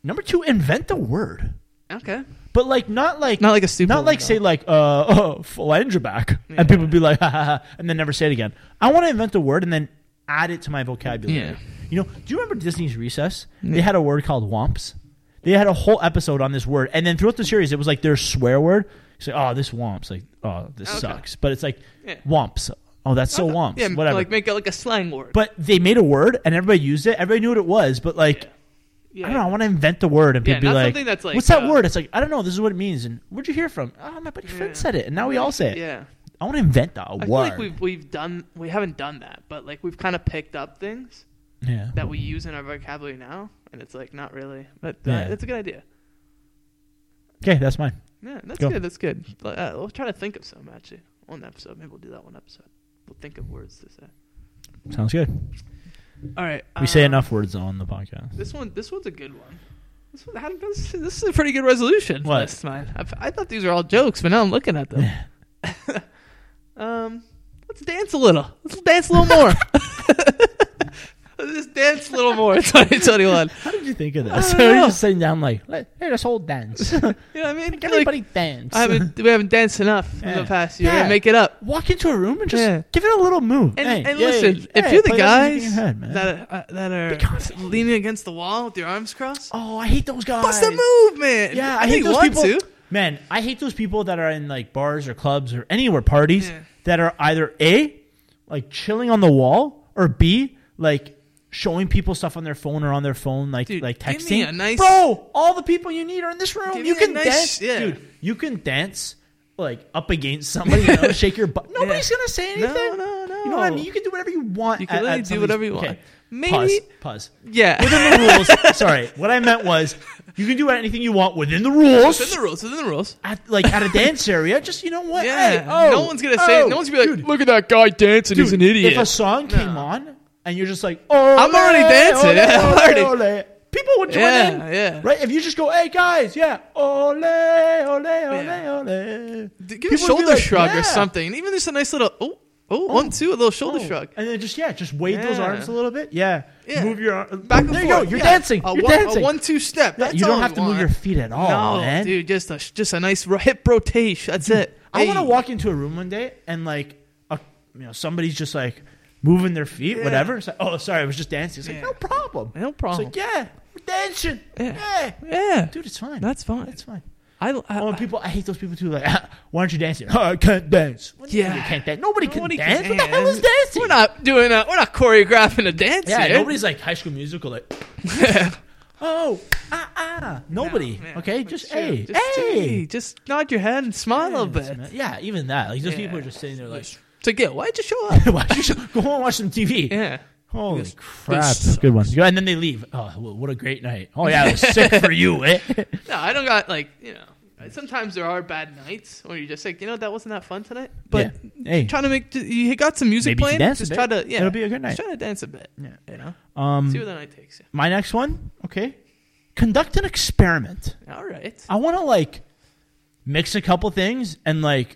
A: number two, invent a word,
B: okay,
A: but like not like
B: not like a stupid.
A: not like
B: one,
A: say
B: though.
A: like uh oh phalangeback
B: Yeah.
A: and people be like ha, ha, ha, and then never say it again i want to invent a word and then add it to my vocabulary
B: Yeah.
A: you know do you remember disney's recess
B: Yeah.
A: they had a word called womps they had a whole episode on this word and then throughout the series it was like their swear word it's like oh this womps like oh this
B: Okay.
A: sucks but it's like
B: Yeah.
A: womps oh that's so
B: Not-
A: womps
B: Yeah,
A: whatever
B: Like make it like a slang word.
A: but they made a word and everybody used it everybody knew what it was but like
B: yeah,
A: I don't know. I want to invent the word, and
B: Yeah,
A: people be
B: not
A: like,
B: something that's like,
A: "What's that
B: uh,
A: word?" It's like I don't know. This is what it means. And where'd you hear from? Oh, my buddy
B: Yeah.
A: Fred said it, and now we all say it.
B: yeah.
A: I want to invent that word.
B: I feel like we've we've done we haven't done that, but like we've kind of picked up things
A: yeah.
B: that we use in our vocabulary now, and it's like not really. But uh,
A: Yeah.
B: that's a good idea.
A: Okay, that's mine.
B: Yeah, that's
A: Go.
B: good. That's good. But, uh, we'll try to think of some actually. One episode, maybe we'll do that one episode. We'll think of words to say.
A: Sounds good.
B: All right,
A: We say
B: um,
A: enough words on the podcast.
B: This one, this one's a good one. This one, how, this, this is a pretty good resolution.
A: What?
B: This mine. I, I thought these were all jokes, but now I'm looking at them. um, let's dance a little. Let's dance a little more. Let's just dance a little more in 2021.
A: How did you think of
B: I
A: this?
B: don't
A: You're
B: know.
A: just sitting down like, let, hey, this whole dance. Like,
B: You know what I mean? Like,
A: everybody dance.
B: I haven't, we haven't danced enough in
A: Yeah.
B: the past year.
A: Yeah.
B: Make it up.
A: Walk into a room and just
B: Yeah.
A: give it a little move.
B: And,
A: Hey,
B: and
A: yeah,
B: listen,
A: yeah,
B: if
A: yeah,
B: you're the
A: play that music in
B: guys
A: your head, man.
B: that are, uh, that
A: Be
B: are
A: confident.
B: leaning against the wall with your arms crossed,
A: oh, I hate those guys.
B: what's the move, man?
A: Yeah, I,
B: I,
A: hate
B: think
A: those
B: want
A: people.
B: to.
A: Man, I hate those people that are in like bars or clubs or anywhere parties
B: Yeah.
A: that are either a like chilling on the wall or b like showing people stuff on their phone or on their phone like
B: Dude,
A: like texting.
B: give me a nice-
A: Bro, all the people you need are in this room.
B: Give
A: You
B: me a
A: can
B: nice-
A: dance,
B: yeah.
A: dude. You can dance like up against somebody. You know, shake your butt. Nobody's gonna say
B: No,
A: anything.
B: no, no.
A: You know what I mean? You can do whatever you want.
B: You can
A: at-
B: literally
A: at
B: do
A: some of these-
B: whatever you want.
A: Okay,
B: Maybe-
A: pause. Pause
B: Yeah.
A: within the rules. Sorry, what I meant was you can do anything you want within the rules.
B: within the rules, within the rules.
A: At, like at a dance area, just you know what?
B: Yeah.
A: Hey, oh,
B: no one's gonna say.
A: oh,
B: no one's gonna be like,
A: dude,
B: "Look at that guy dancing. He's
A: dude,
B: an idiot."
A: If a song came on and you're just like, oh,
B: I'm already dancing, yeah, I'm already-
A: People would join
B: Yeah,
A: in,
B: yeah.
A: right? If you just go, "Hey guys, yeah, ole, ole, ole, ole,"
B: D-
A: people would
B: Give a
A: be
B: shoulder
A: like,
B: shrug
A: yeah.
B: or something. Even just a nice little oh oh one two, a little shoulder
A: Oh,
B: shrug.
A: and then just yeah, just wave those
B: Yeah.
A: arms a little bit, yeah,
B: Yeah.
A: move your arm
B: Back and
A: there you
B: forth.
A: go, you're
B: yeah.
A: dancing,
B: A
A: you're
B: one,
A: dancing.
B: A one two step.
A: Yeah,
B: That's
A: you don't
B: all
A: have to move
B: want.
A: your feet at all, Oh,
B: no,
A: man.
B: dude, just a sh- just a nice ro- hip rotation. That's it.
A: I want to
B: Hey.
A: walk into a room one day and like, a, you know, somebody's just like moving their feet,
B: Yeah.
A: whatever. It's like, oh, sorry, I was just dancing. It's like,
B: Yeah.
A: no problem.
B: No
A: It's
B: problem.
A: like, yeah, we're dancing.
B: Yeah.
A: Yeah.
B: yeah,
A: dude, it's fine.
B: that's fine.
A: it's fine.
B: I, I,
A: Oh, and people, I hate those people too. Like, "Ah, why aren't you dancing? Oh, I can't dance. What do you mean
B: Yeah.
A: you can't dance. Nobody,
B: Nobody
A: can
B: can
A: dance. What the hell is
B: dance.
A: dancing?
B: we're not doing. A, we're not choreographing a dance.
A: yeah,
B: here.
A: nobody's like High School Musical. Like, oh, ah, ah, nobody.
B: Yeah,
A: okay,
B: that's
A: just
B: true.
A: hey,
B: Just-
A: hey.
B: just nod your head and smile a little
A: Dance,
B: bit.
A: man. Yeah, even that. Like those
B: Yeah.
A: people are just sitting there like,
B: So, Gil, why'd you show up?
A: why don't you go home and watch some TV?
B: yeah.
A: Holy
B: This-
A: crap!
B: this
A: That's a good one. And then they leave. Oh, wh- what a great night! Oh yeah, it was sick for you, eh?
B: No, I don't got like you know. Sometimes there are bad nights where you're just like, you know, that wasn't that fun tonight. But
A: Yeah. Hey.
B: trying to make you got some music
A: Maybe if you
B: playing.
A: dance a
B: just
A: bit,
B: try to yeah,
A: it'll be a good night.
B: Just try to dance a bit.
A: Yeah.
B: you know, see where
A: Um,
B: the night takes you.
A: my next one. Okay, conduct an experiment.
B: All right.
A: I want to like mix a couple things and like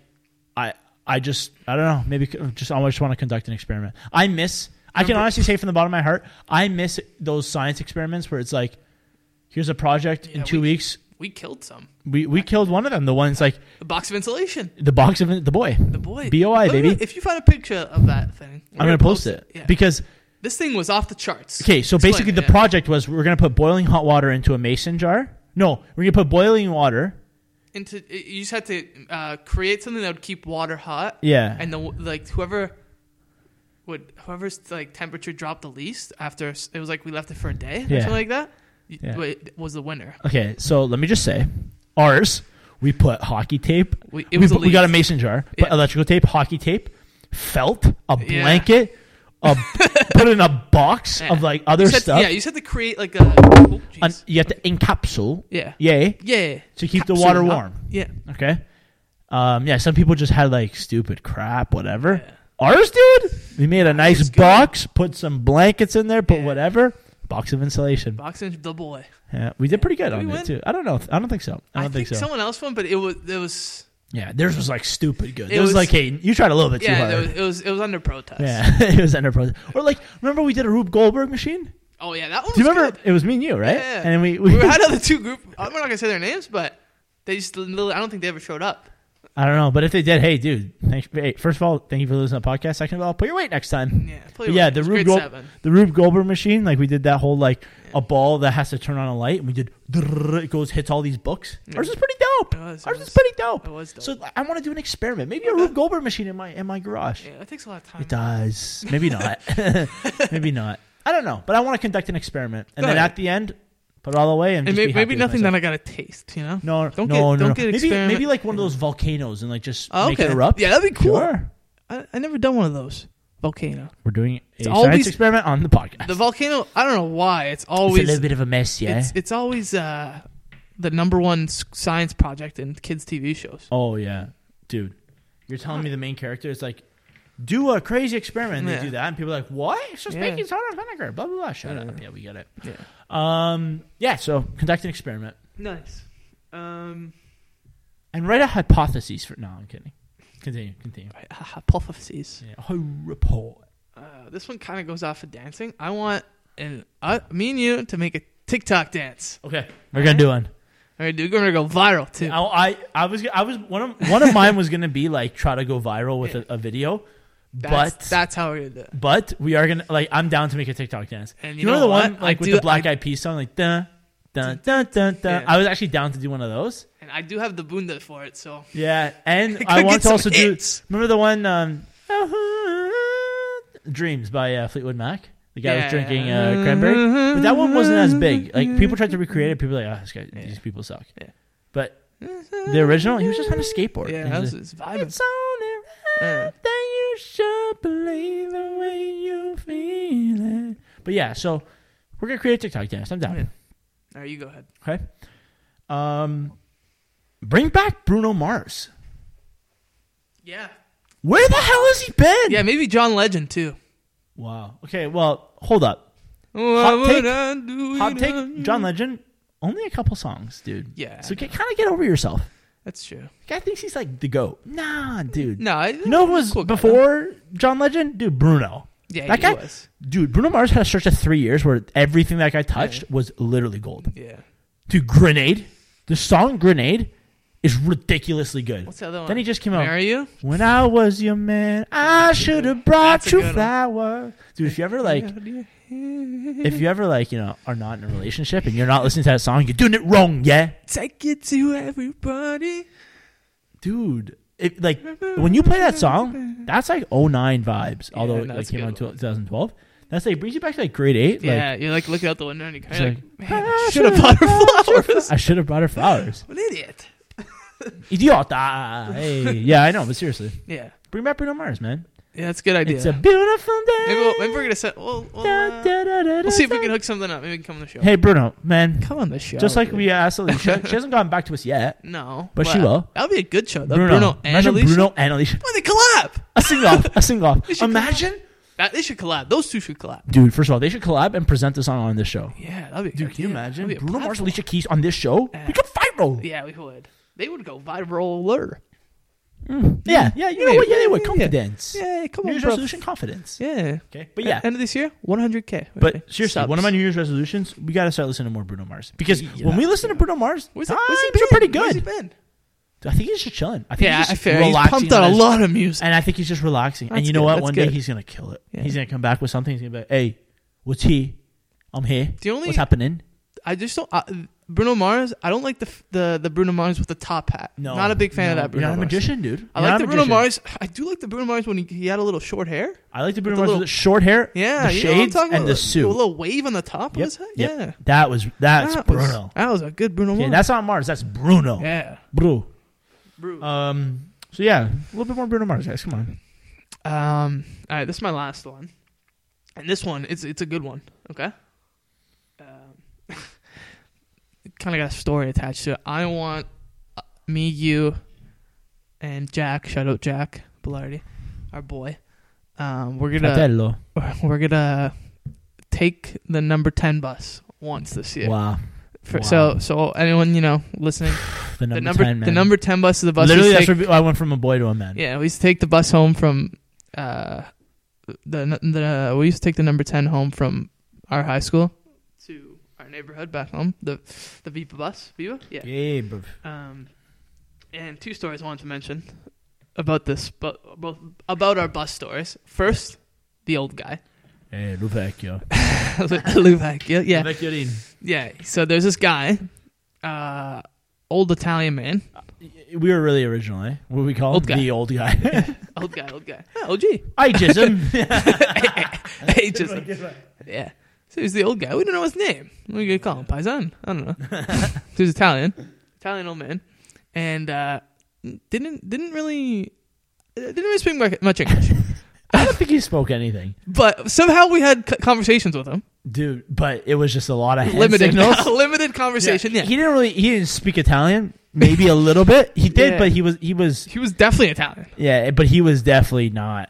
A: I I just I don't know maybe c- just I just want to conduct an experiment. I miss. I can
B: Remember-
A: honestly say from the bottom of my heart, I miss those science experiments where it's like, here's a project in
B: Yeah,
A: two
B: we-
A: weeks.
B: We killed some.
A: We we killed one of them. The one's like
B: The box of insulation.
A: the box of the boy.
B: The boy.
A: Boi
B: Literally,
A: baby.
B: If you find a picture of that thing, we're
A: I'm gonna post it
B: Yeah.
A: because
B: this thing was off the charts.
A: okay. So
B: Explain
A: basically,
B: it,
A: the
B: yeah.
A: project was we're gonna put boiling hot water into a mason jar. No, we're gonna put boiling water.
B: into you just had to uh, create something that would keep water hot.
A: Yeah.
B: and the like whoever would whoever's like temperature dropped the least after s- it was like we left it for a day or
A: Yeah.
B: something like that y-
A: Yeah.
B: wait, was the winner.
A: Okay, so let me just say, ours we put hockey tape.
B: We- it was
A: we,
B: a
A: put- we got a
B: leaf.
A: mason jar, put
B: Yeah.
A: electrical tape, hockey tape, felt, a
B: Yeah.
A: blanket, a, put in a box
B: Yeah.
A: of like other
B: You just had to-
A: stuff.
B: yeah, you just had to create like a oh, jeez.
A: and you have to encapsule,
B: yeah.
A: yay,
B: Yeah.
A: to keep the
B: Capsule
A: water
B: hot.
A: warm.
B: Yeah.
A: Okay. Um, yeah, some people just had like stupid crap, whatever.
B: Yeah.
A: Ours, dude, we made a nice
B: was good.
A: box, put some blankets in there, put
B: Yeah.
A: whatever. Box of insulation.
B: Box and the boy.
A: Yeah, we did pretty good
B: Did
A: on it
B: we win?
A: too. I don't know. I don't think so. I
B: I,
A: don't
B: think,
A: so.
B: someone else won, but it was it was
A: Yeah, theirs was like stupid good.
B: It
A: It was,
B: was-
A: like, hey, you tried a little bit
B: yeah,
A: too
B: it
A: hard.
B: was, it was it was under protest.
A: yeah, it was enterprise. Or like, remember we did a Rube Goldberg machine?
B: Oh yeah, that one.
A: Do you
B: was
A: remember?
B: good.
A: It was me and you, right?
B: Yeah.
A: And we,
B: we
A: we,
B: had other two group. I'm not gonna say their names, but they just literally- I don't think they ever showed up.
A: I don't know, but if they did, hey, dude, thanks. Hey, first of all, thank you for listening to the podcast. Second of all, I'll put your weight next time.
B: Yeah,
A: But
B: play
A: yeah,
B: with-
A: the
B: it's
A: Rube
B: grade
A: Gold-
B: seven.
A: the Rube Goldberg machine, like we did that whole like
B: Yeah.
A: a ball that has to turn on a light, and we did drrrr, it goes hits all these books.
B: Yeah.
A: Ours is pretty dope.
B: It was- it
A: Ours
B: was-
A: is pretty dope.
B: It was dope.
A: So like, I want to do an experiment, maybe a
B: Okay.
A: Rube Goldberg machine in my in my garage.
B: yeah, it takes a lot of time.
A: It does. Maybe not. Maybe not. I don't know, but I want to conduct an experiment, and
B: Go
A: then
B: ahead.
A: at the end, put it all away and,
B: And
A: just
B: maybe,
A: be happy
B: maybe
A: with
B: nothing that
A: myself.
B: I gotta taste, you know?
A: no,
B: Don't
A: no, no,
B: get- don't
A: no.
B: get
A: maybe
B: experiment-
A: maybe like one of those volcanoes and like just
B: Oh,
A: make
B: okay.
A: it erupt.
B: Yeah, that'd be cool.
A: Sure.
B: I, I never done one of those. Volcano.
A: We're doing a
B: It's
A: science
B: always-
A: experiment on the podcast.
B: The volcano. I don't know why. It's
A: it's a
B: always.
A: little bit of a mess, yeah.
B: it's, it's always uh, the number one s- science project in kids' TV shows.
A: oh yeah, dude, you're telling me the main character is like. Do a crazy experiment. And
B: Yeah.
A: They do that, and people are like, "What? It's just
B: Yeah.
A: baking soda and vinegar." Blah blah blah. Shut up. Yeah, we get it.
B: Yeah.
A: Um, yeah. So conduct an experiment.
B: Nice. Um,
A: and write a hypothesis for. No, I'm kidding. Continue, continue.
B: right, hypotheses.
A: Yeah. Report.
B: Uh, this one kind of goes off of dancing. I want and uh, me and you to make a TikTok dance.
A: Okay, we're gonna do one.
B: All right, dude, we're gonna go viral too.
A: I, I I was I was one of one of mine was gonna be like try to go viral with a, a video,
B: That's,
A: but
B: that's how we're gonna do it.
A: but we are gonna like I'm down to make a TikTok dance.
B: And
A: you,
B: you
A: know,
B: know
A: the
B: what?
A: one
B: I
A: like with
B: do-
A: the Black
B: I-
A: Eyed Peas song like dun dun dun dun dun.
B: Yeah.
A: I was actually down to do one of those.
B: And I do have the bunda for it, so
A: Yeah, and
B: Go
A: I want to
B: get some
A: also
B: hits.
A: do. Remember the one um, "Dreams" by uh, Fleetwood Mac. The guy
B: Yeah.
A: was drinking uh, cranberry, but that one wasn't as big. Like people tried to recreate it. People were like, oh, this guy,
B: Yeah.
A: these people suck.
B: Yeah.
A: But the original, he was just on a skateboard.
B: yeah,
A: And
B: that was
A: he's
B: his
A: like,
B: vibe.
A: it's only right
B: Yeah.
A: that you should believe the way you feel it. But yeah, so we're gonna create a TikTok dance. I'm down.
B: Yeah. All right, you go ahead.
A: Okay. Um, bring back Bruno Mars.
B: Yeah,
A: Where the hell has he been?
B: yeah, maybe John Legend too.
A: Wow. Okay. Well, hold up.
B: Hot
A: take.
B: I do
A: Hot
B: without
A: take.
B: you?
A: John Legend. Only a couple songs, dude.
B: Yeah,
A: So get, kind of get over yourself.
B: that's true.
A: The guy thinks he's like the goat. Nah, dude.
B: No, I,
A: You know who was
B: cool guy,
A: before John Legend? Dude, Bruno.
B: yeah,
A: that
B: he
A: guy-
B: was.
A: Dude, Bruno Mars had a stretch of three years where everything that guy touched was literally gold.
B: Yeah,
A: Dude, Grenade. The song Grenade is ridiculously good.
B: what's the other one?
A: Then he just came out.
B: marry you.
A: When I was your man, I should have brought
B: That's a
A: you
B: good one.
A: flowers. Dude, if you ever like if you ever like you know are not in a relationship and you're not listening to that song you're doing it wrong yeah
B: Take it to everybody.
A: dude it, like when you play that song that's like 09 vibes although
B: Yeah,
A: it like,
B: that's a
A: came out in
B: good one.
A: 2012 that's like brings you back to like grade 8
B: Yeah, you're like looking out the window and you're
A: like,
B: kind of like,
A: it's
B: man, I should have bought her flowers.
A: i should have brought her flowers
B: What an idiot.
A: idiota Ah, hey yeah i know but seriously
B: Yeah,
A: bring back bruno mars man
B: yeah, that's a good idea.
A: it's a beautiful day
B: maybe, we'll, maybe we're gonna set. We'll, we'll, uh, we'll see if we can hook something up. Maybe we can come on the show.
A: hey bruno man
B: come on the show.
A: just like
B: dude.
A: we asked alicia she hasn't gotten back to us yet
B: No,
A: But she will.
B: That'll be a good show. Though.
A: bruno,
B: Uh, Bruno, and
A: imagine
B: Alicia.
A: bruno and alicia
B: Why they collab?
A: a sing off a sing
B: They
A: off
B: should
A: imagine
B: That, they should collab. Those two should collab.
A: Dude, first of all, they should collab and present this song on this show.
B: Yeah, that'd be. a
A: Dude,
B: good
A: can you
B: idea.
A: imagine
B: That'd be a
A: Bruno Mars,
B: platform.
A: Alicia Keys on this show?
B: Yeah.
A: We could fight roll. Yeah,
B: Yeah, we would. They would go viral.
A: Mm. yeah, you know
B: Yeah,
A: what? Yeah, they would.
B: yeah, yeah.
A: Confidence.
B: Yeah, come
A: New
B: on,
A: Year's
B: bro.
A: resolution, confidence.
B: Yeah.
A: Okay, but yeah.
B: End of this year, 100k. Okay.
A: but seriously,
B: Subs.
A: one of my New Year's resolutions, we got to start listening to more Bruno Mars because
B: Yeah.
A: when we listen to Bruno Mars,
B: Where's he,
A: times
B: where's he
A: are
B: been?
A: Ah, pretty
B: Where's he
A: good.
B: been?
A: I think he's just chilling. I think
B: Yeah,
A: he's
B: I
A: just
B: feel he's
A: relaxing
B: pumped out a
A: his-
B: lot of music.
A: and I think he's just relaxing. and
B: That's
A: you know
B: good,
A: what?
B: that's
A: One day
B: good.
A: he's gonna kill it.
B: Yeah.
A: He's gonna come back with something. He's gonna be like, "Hey, what's he? I'm here.
B: The only-
A: what's happening?
B: I just don't. Uh, Bruno Mars. I don't like the f- the the Bruno Mars with the top hat.
A: No,
B: not a big fan
A: no,
B: of that.
A: You're
B: Bruno
A: not a
B: Mars.
A: magician, dude.
B: I
A: You're
B: like
A: not
B: the
A: a
B: Bruno
A: magician.
B: Mars. I do like the Bruno Mars when he, he had a little short hair.
A: I like the Bruno
B: the
A: Mars
B: little-
A: with the short hair,
B: Yeah,
A: the
B: you know what I'm
A: shades,
B: talking
A: and the
B: about?
A: suit.
B: A little wave on the
A: Yep,
B: top of his head.
A: yep.
B: Yeah,
A: That was that's
B: that was
A: Bruno.
B: that was a good Bruno
A: Okay,
B: Mars.
A: that's not Mars. That's Bruno.
B: Mm. yeah,
A: Bru.
B: Bruno.
A: Um. So yeah, a little bit more Bruno Mars, guys. Come on.
B: Um. All right, this is my last one, and this one it's it's a good one. Okay. Um, kind of got a story attached to it. I want uh, me, you, and Jack. Shout out Jack Bellardi, our boy. Um, we're gonna
A: Fratello.
B: we're gonna take the number ten bus once this year.
A: Wow.
B: For,
A: Wow.
B: So so anyone you know listening,
A: The number,
B: the number
A: 10, man.
B: the number ten bus is the bus. we
A: Literally,
B: take-
A: that's where I went from a boy to a man.
B: yeah, we used to take the bus home from uh, the the we used to take the number ten home from our high school to our neighborhood back home. The the Viva bus, Viva, yeah.
A: Yeah, bruv.
B: Um, and two stories I wanted to mention about this, but both about our bus stories. First, the old guy,
A: Hey, Lou Vecchio.
B: Lou Vecchio, yeah,
A: Vecchiolin.
B: yeah. So there's this guy, uh, old Italian man,
A: We were really original, eh? What do we call
B: Old
A: him?
B: guy.
A: The old guy.
B: old guy, old guy, oh, OG,
A: Ageism.
B: hey, just Yeah. So he was the old guy. We don't know his name. What are you gonna call him? Paisan? I don't know. he was Italian. Italian old man. And uh, didn't didn't really uh, didn't really speak much- much English.
A: I don't think he spoke anything,
B: but somehow we had c- conversations with him.
A: dude. But it was just a lot of hand
B: Limited
A: signals.
B: limited conversation, yeah.
A: He didn't really he didn't speak Italian. Maybe a little bit. He did,
B: Yeah.
A: but he was he was
B: He was definitely Italian.
A: yeah, but he was definitely not.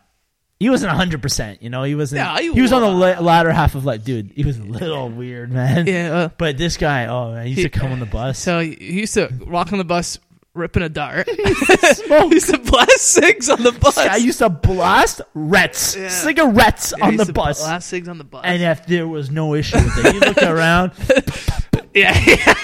A: He wasn't hundred percent. You know, he wasn't.
B: Yeah,
A: he,
B: he
A: was on the
B: was.
A: la- latter half of like, dude, he was a little weird, man.
B: Yeah. Uh,
A: But this guy, oh man, he used to
B: He-
A: come on the bus.
B: so he he used to walk on the bus ripping a dart. he used to blast cigs on the bus.
A: I used to blast rets,
B: Yeah.
A: cigarettes
B: Yeah, he
A: on
B: used
A: the
B: to
A: bus.
B: Blast cigs on the bus.
A: and if there was no issue with it, you looked around
B: yeah,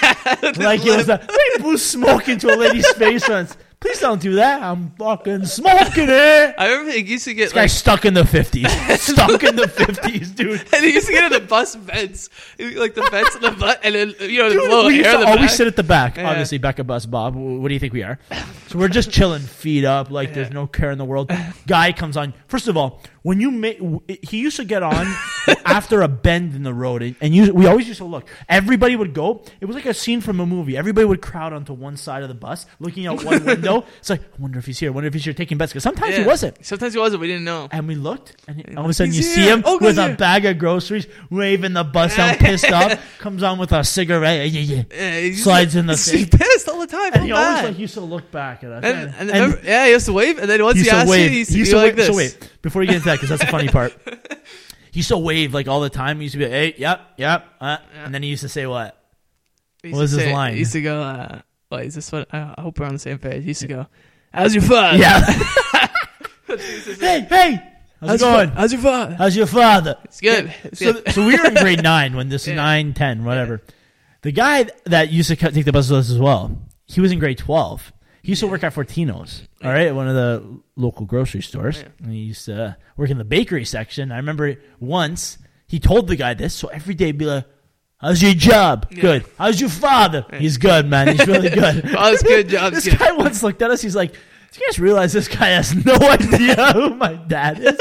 A: like it was a they blew smoke into a lady's face once. Please don't do that. I'm fucking smoking it.
B: I remember he used to get
A: Guy
B: like
A: stuck in the fifties. Stuck in the fifties, dude.
B: and he used to get in the bus vents, like the vents in the bus, and then you know,
A: Dude,
B: blow
A: we used
B: air
A: to
B: in the
A: always
B: back.
A: sit at the back.
B: Yeah.
A: Obviously, back at bus, Bob. W- What do you think we are? So we're just chilling, feet up, like there's
B: Yeah.
A: no care in the world. Guy comes on. First of all, when you make, he used to get on after a bend in the road, and, and you, we always used to look. Everybody would go. It was like a scene from a movie. Everybody would crowd onto one side of the bus, looking out one window. It's like, I wonder if he's here. I wonder if he's here taking bets. Because sometimes
B: Yeah.
A: he wasn't.
B: Sometimes he wasn't. We didn't know.
A: And we looked, and all of a sudden you
B: He's
A: see
B: here.
A: him
B: Oh,
A: with
B: he's
A: a
B: here.
A: bag of groceries, waving the bus down, pissed off. Comes on with a cigarette, yeah, yeah, yeah.
B: Yeah, he used
A: Slides
B: to,
A: in the
B: He
A: thing.
B: pissed all the time.
A: and
B: how
A: he always
B: bad?
A: like used to look back at us.
B: and, and remember- yeah, he used to wave, and then once
A: he
B: he,
A: used to
B: asked
A: wave.
B: you, he used
A: he
B: to
A: used
B: be
A: to
B: like
A: wait.
B: this.
A: So wait, before you get into that, because that's the funny part. He used to wave like all the time. He used to be, like, hey, yep, yep, uh,
B: Yeah.
A: and then he used to say what?
B: He used
A: What was
B: to
A: his
B: say-
A: line?
B: He used to go, uh, "Wait, is this what?" I I hope we're on the same page. He used to go, "How's your father?
A: Yeah. hey, hey, how's, it
B: your
A: going?
B: fa- How's your father?
A: How's your father?
B: It's good. It's
A: so,
B: good.
A: so we were in grade nine when this
B: Yeah.
A: nine, ten, whatever. The guy that used to cut- take the bus with us as well, he was in grade twelve. He used to work at Fortino's, all right, at one of the local grocery stores.
B: Yeah.
A: And he used to work in the bakery section. I remember once he told the guy this, so every day he'd be like, "How's your job?
B: Yeah.
A: Good. How's your father?
B: Yeah.
A: He's good, man. He's really good."
B: Father's Oh, good, job's
A: this
B: good.
A: guy once looked at us. He's like, "Do you guys realize this guy has no idea who my dad is?"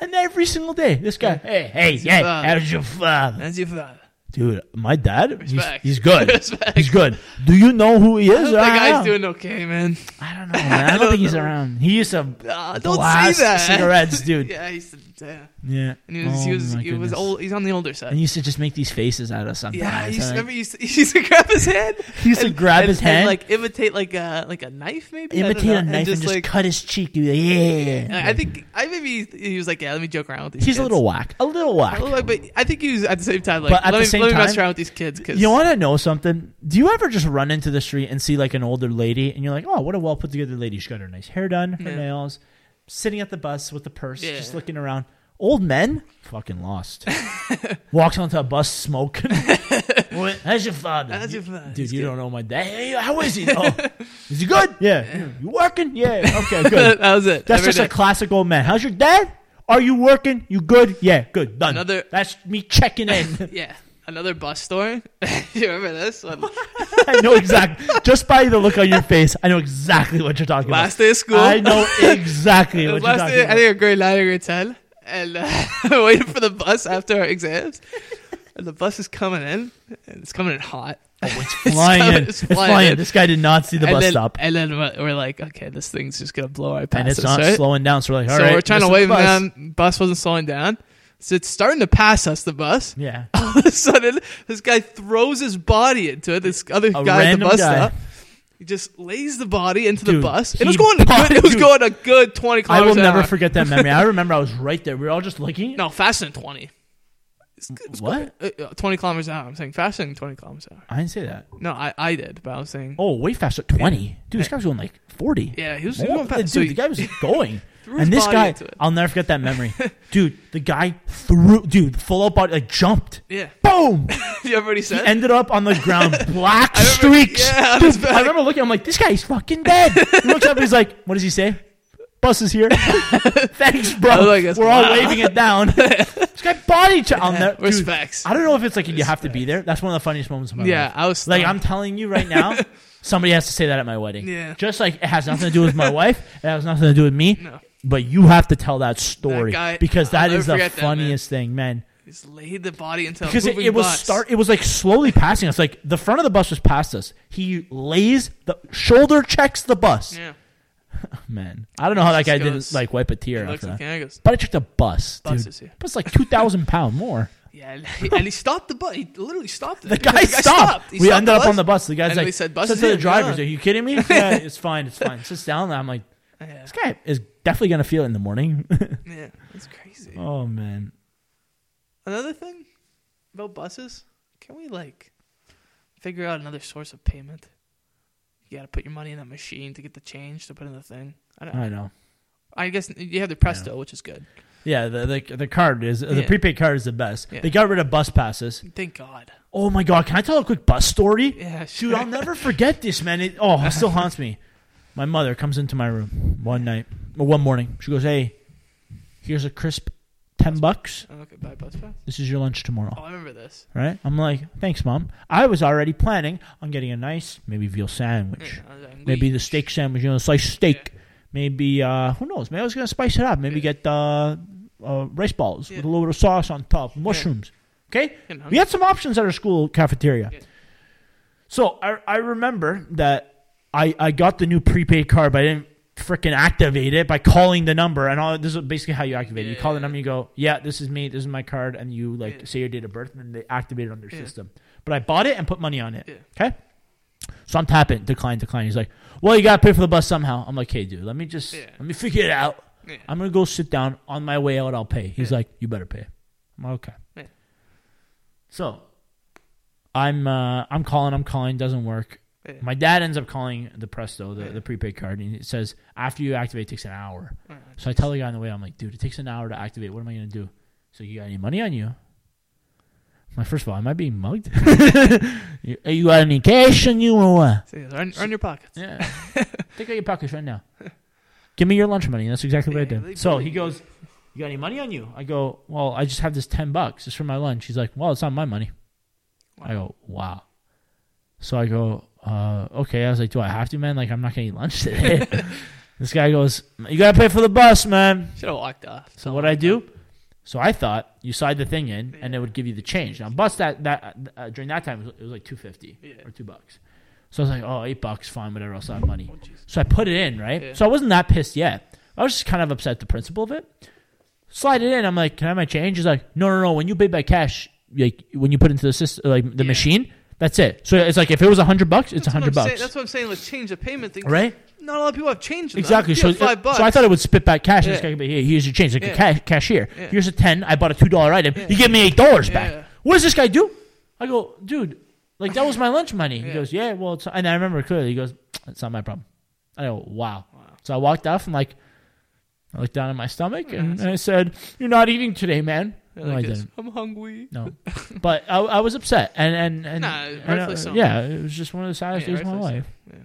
A: And every single day, this guy, hey, hey,
B: your
A: hey,
B: father?"
A: how's your father?
B: How's your father?
A: Dude, my dad, he's,
B: Respect.
A: he's good.
B: Respect.
A: He's good. Do you know who he
B: I
A: is?
B: hope that
A: I don't
B: guy's
A: know.
B: doing okay, man.
A: I don't know. man. I don't,
B: I don't
A: think he's
B: know.
A: around. He used to
B: Ah, don't
A: blast
B: say that.
A: cigarettes, dude. yeah.
B: Yeah, he used to. Yeah. And he was,
A: Oh,
B: he was,
A: my
B: he was
A: goodness.
B: old. He's on the older side.
A: And he used to just make these faces at us sometimes.
B: yeah, he used, to-
A: And
B: remember he used, to, he used to grab his hand.
A: he used to grab
B: and-
A: his
B: and,
A: hand, like,
B: like imitate like a like a knife, maybe I don't
A: imitate
B: know,
A: a knife, and just, cut his cheek. He'd be like, yeah.
B: I I think I maybe he was like, yeah, let me joke around with these.
A: he's a
B: kids.
A: little whack. A little whack.
B: I look like- but I think he was at the same time like,
A: But at
B: let,
A: the
B: me,
A: same
B: let me mess
A: time-
B: around with these kids because
A: You want to know something? Do you ever just run into the street and see like an older lady, and you're like, "Oh, what a well put together lady! She's got her nice hair done, her
B: Yeah.
A: nails, sitting at the bus with the purse,
B: Yeah.
A: just looking around." Old men, fucking lost. Walks onto a bus smoking. What? How's your father?
B: How's your
A: You-
B: father?
A: Dude,
B: He's
A: you
B: good.
A: don't know my dad. Hey, how is he? though? is he good? Yeah. You working? Yeah. Okay, good.
B: that was it.
A: That's
B: Every
A: just
B: day.
A: a classic old man. How's your dad? Are you working? You good? Yeah, good. Done.
B: Another-
A: That's me checking in.
B: yeah. Another bus story. you remember this one?
A: I know exactly. Just by the look on your face, I know exactly what you're talking
B: Last day of school.
A: about. I know exactly
B: It
A: what
B: was
A: you're
B: last
A: talking
B: day, I
A: about.
B: think a grade nine or grade ten, and uh, waiting for the bus after our exams. And the bus is coming in, and it's coming in hot.
A: Oh, It's flying
B: coming-
A: in. It's flying in. This guy did not see the
B: and
A: bus
B: then,
A: stop.
B: And then we're we're like, okay, this thing's just gonna blow right past
A: And it's
B: us,
A: not
B: right?
A: slowing down. So we're like, all
B: so
A: right,
B: we're trying to
A: this is
B: wave
A: the bus.
B: him down. Bus wasn't slowing down, so it's starting to pass us. The bus.
A: Yeah.
B: All of a sudden, this guy throws his body into it. This other guy at the
A: random
B: bus
A: guy.
B: stop. He just lays the body into the
A: Dude,
B: bus.
A: he
B: It was going. A
A: bought-
B: good, it was
A: dude.
B: going a good twenty
A: I
B: kilometers.
A: will
B: an
A: never
B: hour.
A: forget that memory. I remember I was right there. We were all just looking.
B: No, faster than twenty. It's good- it's
A: What?
B: good. Uh, uh, twenty kilometers an hour. I'm saying faster than twenty kilometers an hour.
A: I didn't say that.
B: No, I, I did, but I was saying.
A: Oh, way faster. 20. Dude, this guy was going like 40.
B: Yeah, he was, he was
A: Oh,
B: going fast.
A: dude,
B: So
A: the
B: he-
A: guy was going.
B: Threw
A: and
B: his
A: this
B: body
A: guy,
B: into it.
A: I'll never forget that memory. dude, the guy threw, dude, full out body, like jumped.
B: yeah,
A: Boom!
B: you already said.
A: He ended up on the ground, black
B: I remember-
A: streaks.
B: yeah, on
A: Dude,
B: his back.
A: I remember looking. I'm like, this guy's fucking dead. He looks up. He's like, what does he say? Bus is here. Thanks,
B: I
A: bro.
B: was like, that's
A: We're all
B: wow.
A: waving it down. this guy body check on there. Dude,
B: respects.
A: I don't know if it's like you have to be there. That's one of the funniest moments of my
B: yeah,
A: life.
B: I was
A: Like
B: stunned.
A: I'm telling you right now, somebody has to say that at my wedding.
B: Yeah.
A: Just like it has nothing to do with my wife. It has nothing to do with me.
B: No.
A: But you have to tell that story
B: guy-
A: because
B: I'll
A: that
B: never
A: is the
B: forget that, man.
A: funniest thing, man
B: Just laid the body into
A: because
B: a
A: it,
B: uh, moving
A: it was
B: bus.
A: start. It was like slowly passing us. Like the front of the bus was past us. He lays the shoulder checks the bus.
B: Yeah,
A: Man, I don't know how that
B: Just
A: guy didn't
B: goes-
A: like wipe a
B: he
A: tear
B: looks
A: after
B: at
A: that.
B: the camera and goes,
A: But I checked the bus,
B: Bus
A: dude.
B: is here.
A: Bus like two thousand pound more.
B: yeah, and he- and he stopped the bus. He literally stopped it.
A: The guy stopped.
B: He
A: we
B: stopped
A: ended up on the bus. The guy's
B: And
A: like,
B: we said, "Bus
A: said
B: is
A: to the
B: here,
A: driver,
B: yeah."
A: "Are you kidding me? yeah, it's fine. It's fine. Sits down." And I'm like,
B: Yeah,
A: "This guy is definitely gonna feel it in the morning."
B: yeah, that's crazy.
A: oh man,
B: Another thing about buses, can we like figure out another source of payment? You got to put your money in that machine to get the change to put in the thing. I, don't,
A: I know.
B: I guess you have the Presto, which is good.
A: Yeah, the the, the card is the
B: Yeah.
A: prepaid card is the best.
B: Yeah.
A: They got rid of bus passes.
B: Thank God.
A: Oh my god, can I tell a quick bus story?
B: Yeah,
A: Dude, I'll never forget this, man. It, oh, it still haunts me. My mother comes into my room one night, well, one morning. She goes, "Hey, here's a crisp, ten bucks.
B: Oh, Okay, buy bus pass.
A: This is your lunch
B: Oh,
A: tomorrow."
B: I remember this.
A: Right? I'm like, "Thanks, mom." I was already planning on getting a nice, maybe veal sandwich,
B: Yeah, I was like,
A: maybe
B: wait.
A: the steak sandwich, you know, sliced steak. Maybe uh, who knows? Maybe I was gonna spice it up. Maybe
B: Yeah.
A: get uh, uh, rice balls with a
B: Yeah.
A: little bit of sauce on top, mushrooms. Okay,
B: Getting hungry.
A: we had some options at our school cafeteria.
B: Yeah.
A: So I, I remember that I, I got the new prepaid card, but I didn't freaking activate it by calling the number. And all this is basically how you activate it. You call the
B: Yeah.
A: number, you go, yeah, this is me, this is my card, and you like
B: Yeah.
A: say your date of birth, and then they activate it on their
B: Yeah.
A: system. But I bought it and put money on it.
B: Yeah.
A: Okay. So I'm tapping, decline, decline. He's like, well, you gotta pay for the bus somehow. I'm like, hey, dude, let me just
B: Yeah.
A: let me figure it out.
B: Yeah.
A: I'm gonna go sit down. On my way out, I'll pay. He's
B: Yeah.
A: like, you better pay. I'm like, okay.
B: Yeah.
A: So, I'm uh, I'm calling. I'm calling. Doesn't work.
B: Yeah.
A: My dad ends up calling the Presto, the,
B: Yeah.
A: the prepaid card, and it says after you activate, it takes an hour.
B: Uh,
A: So I tell the guy on the way, I'm like, dude, it takes an hour to activate. What am I gonna do? So you got any money on you? My first of all, am I being mugged? you, you got any cash on you or what?
B: see, run, run your pockets.
A: Yeah. Take out your pockets right now. Give me your lunch money. That's exactly what I
B: Yeah, they
A: did. So
B: bully
A: he
B: you.
A: goes, You got any money on you? I go, Well, I just have this 10 bucks. It's for my lunch. He's like, Well, it's not my money. I go, Wow. So I go, uh, Okay. I was like, Do I have to, man? Like, I'm not going to eat lunch today. this guy goes, You got to pay for the bus, man.
B: Should have walked off.
A: So what I do? So I thought you slide the thing in and it
B: Yeah.
A: would give you the change. Now, bus that, that uh, during that time, it was, it was like 250
B: Yeah.
A: or 2 bucks. So I was like, Oh, eight bucks, fine, whatever. I'll still have money.
B: Oh, jeez.
A: So I put it in, right?
B: Yeah.
A: So I wasn't that pissed yet. I was just kind of upset at the principle of it. Slide it in. I'm like, can I have my change? He's like, no, no, no. When you pay by cash, like when you put into the system, like the
B: Yeah.
A: machine, that's it. So it's like if it was a hundred bucks, it's a
B: That's what I'm
A: hundred
B: saying-
A: bucks,
B: That's what I'm saying. Let's change the payment thing.
A: right?
B: Not a lot of people have change. in that.
A: Exactly.
B: If
A: So,
B: you have five
A: it-
B: bucks.
A: so I thought it would spit back cash. and This
B: Yeah.
A: guy could be, hey, here's your change, like a
B: Yeah.
A: cash, cashier.
B: Yeah.
A: Here's a ten. I bought a two dollar item.
B: Yeah.
A: You give me eight dollars
B: Yeah.
A: back. What does this guy do? I go, dude, like that was my lunch money. He
B: Yeah.
A: goes, yeah, well, it's, and I remember clearly. He goes, it's not my problem. I go, wow.
B: Wow.
A: So I walked off and like, I looked down at my stomach
B: Yeah,
A: and,
B: that's-
A: I said, "You're not eating today, man."
B: They're
A: no,
B: Mm-hmm. like
A: I
B: this,
A: didn't.
B: I'm hungry.
A: No, but I, I was upset and and and,
B: Nah,
A: and,
B: rightfully
A: uh,
B: so.
A: yeah, it was just one of the saddest
B: Yeah,
A: days of my
B: rightfully
A: life.
B: so. Yeah.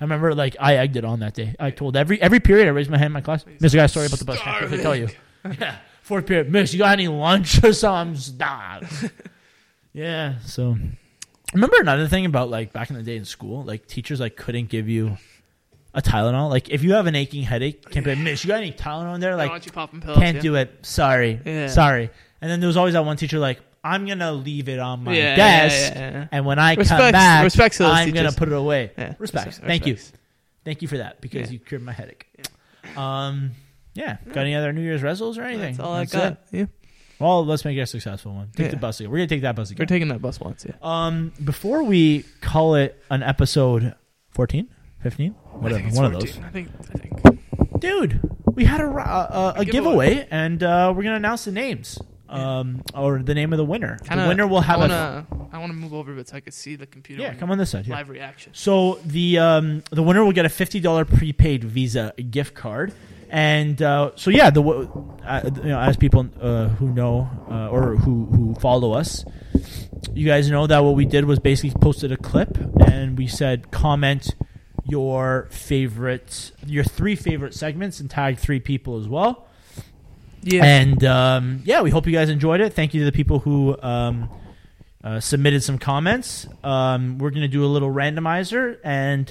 A: I remember like I egged it on that day. I told every every period I raised my hand in my class. Miss, I got a story about the bus. I
B: Starving.
A: tell you. Yeah, fourth period, Miss, you got any lunch or something? I'm just, nah. yeah, so remember another thing about like back in the day in school, like teachers like couldn't give you a Tylenol. Like if you have an aching headache, can't be Miss, you got any Tylenol in there?
B: They
A: Like
B: want you popping pills.
A: can't
B: yeah.
A: do it. Sorry,
B: Yeah.
A: sorry. And then there was always that one teacher like, I'm gonna leave it on my
B: Yeah, yeah,
A: desk,
B: yeah, yeah.
A: and when I come
B: Respects-
A: back,
B: respects to those
A: I'm gonna
B: teachers.
A: put it away.
B: Yeah,
A: Respects.
B: respect-
A: Thank you,
B: respects.
A: thank you for that because
B: Yeah.
A: you cured my headache. Um, yeah. Got any other New Year's resolutions or anything?
B: That's all I
A: That's
B: got.
A: it.
B: Yeah.
A: Well, let's make it a successful one. Take the
B: Yeah.
A: bus again. We're gonna take that bus
B: We're
A: again.
B: taking that bus once. Yeah.
A: um, before we call it an episode 14, 15,
B: I think
A: whatever,
B: it's
A: one of
B: 14.
A: those.
B: I think. I think.
A: dude we had a, ri- uh, a, a giveaway.
B: giveaway.
A: and uh, we're gonna announce the names um, or the name of the winner
B: Kinda-
A: the winner will have
B: I
A: a
B: wanna, I want to move over a bit so I can see the computer.
A: yeah
B: when
A: come on this side here.
B: Live reaction.
A: so the um, the winner will get a $50 prepaid visa gift card and uh, so yeah the w- uh, you know, as people uh, who know uh, or who, who follow us you guys know that what we did was basically posted a clip and we said comment your favorite your three favorite segments and tag three people as well
B: Yeah.
A: and um, yeah, we hope you guys enjoyed it. Thank you to the people who um, uh, submitted some comments. Um, we're going to do a little randomizer, and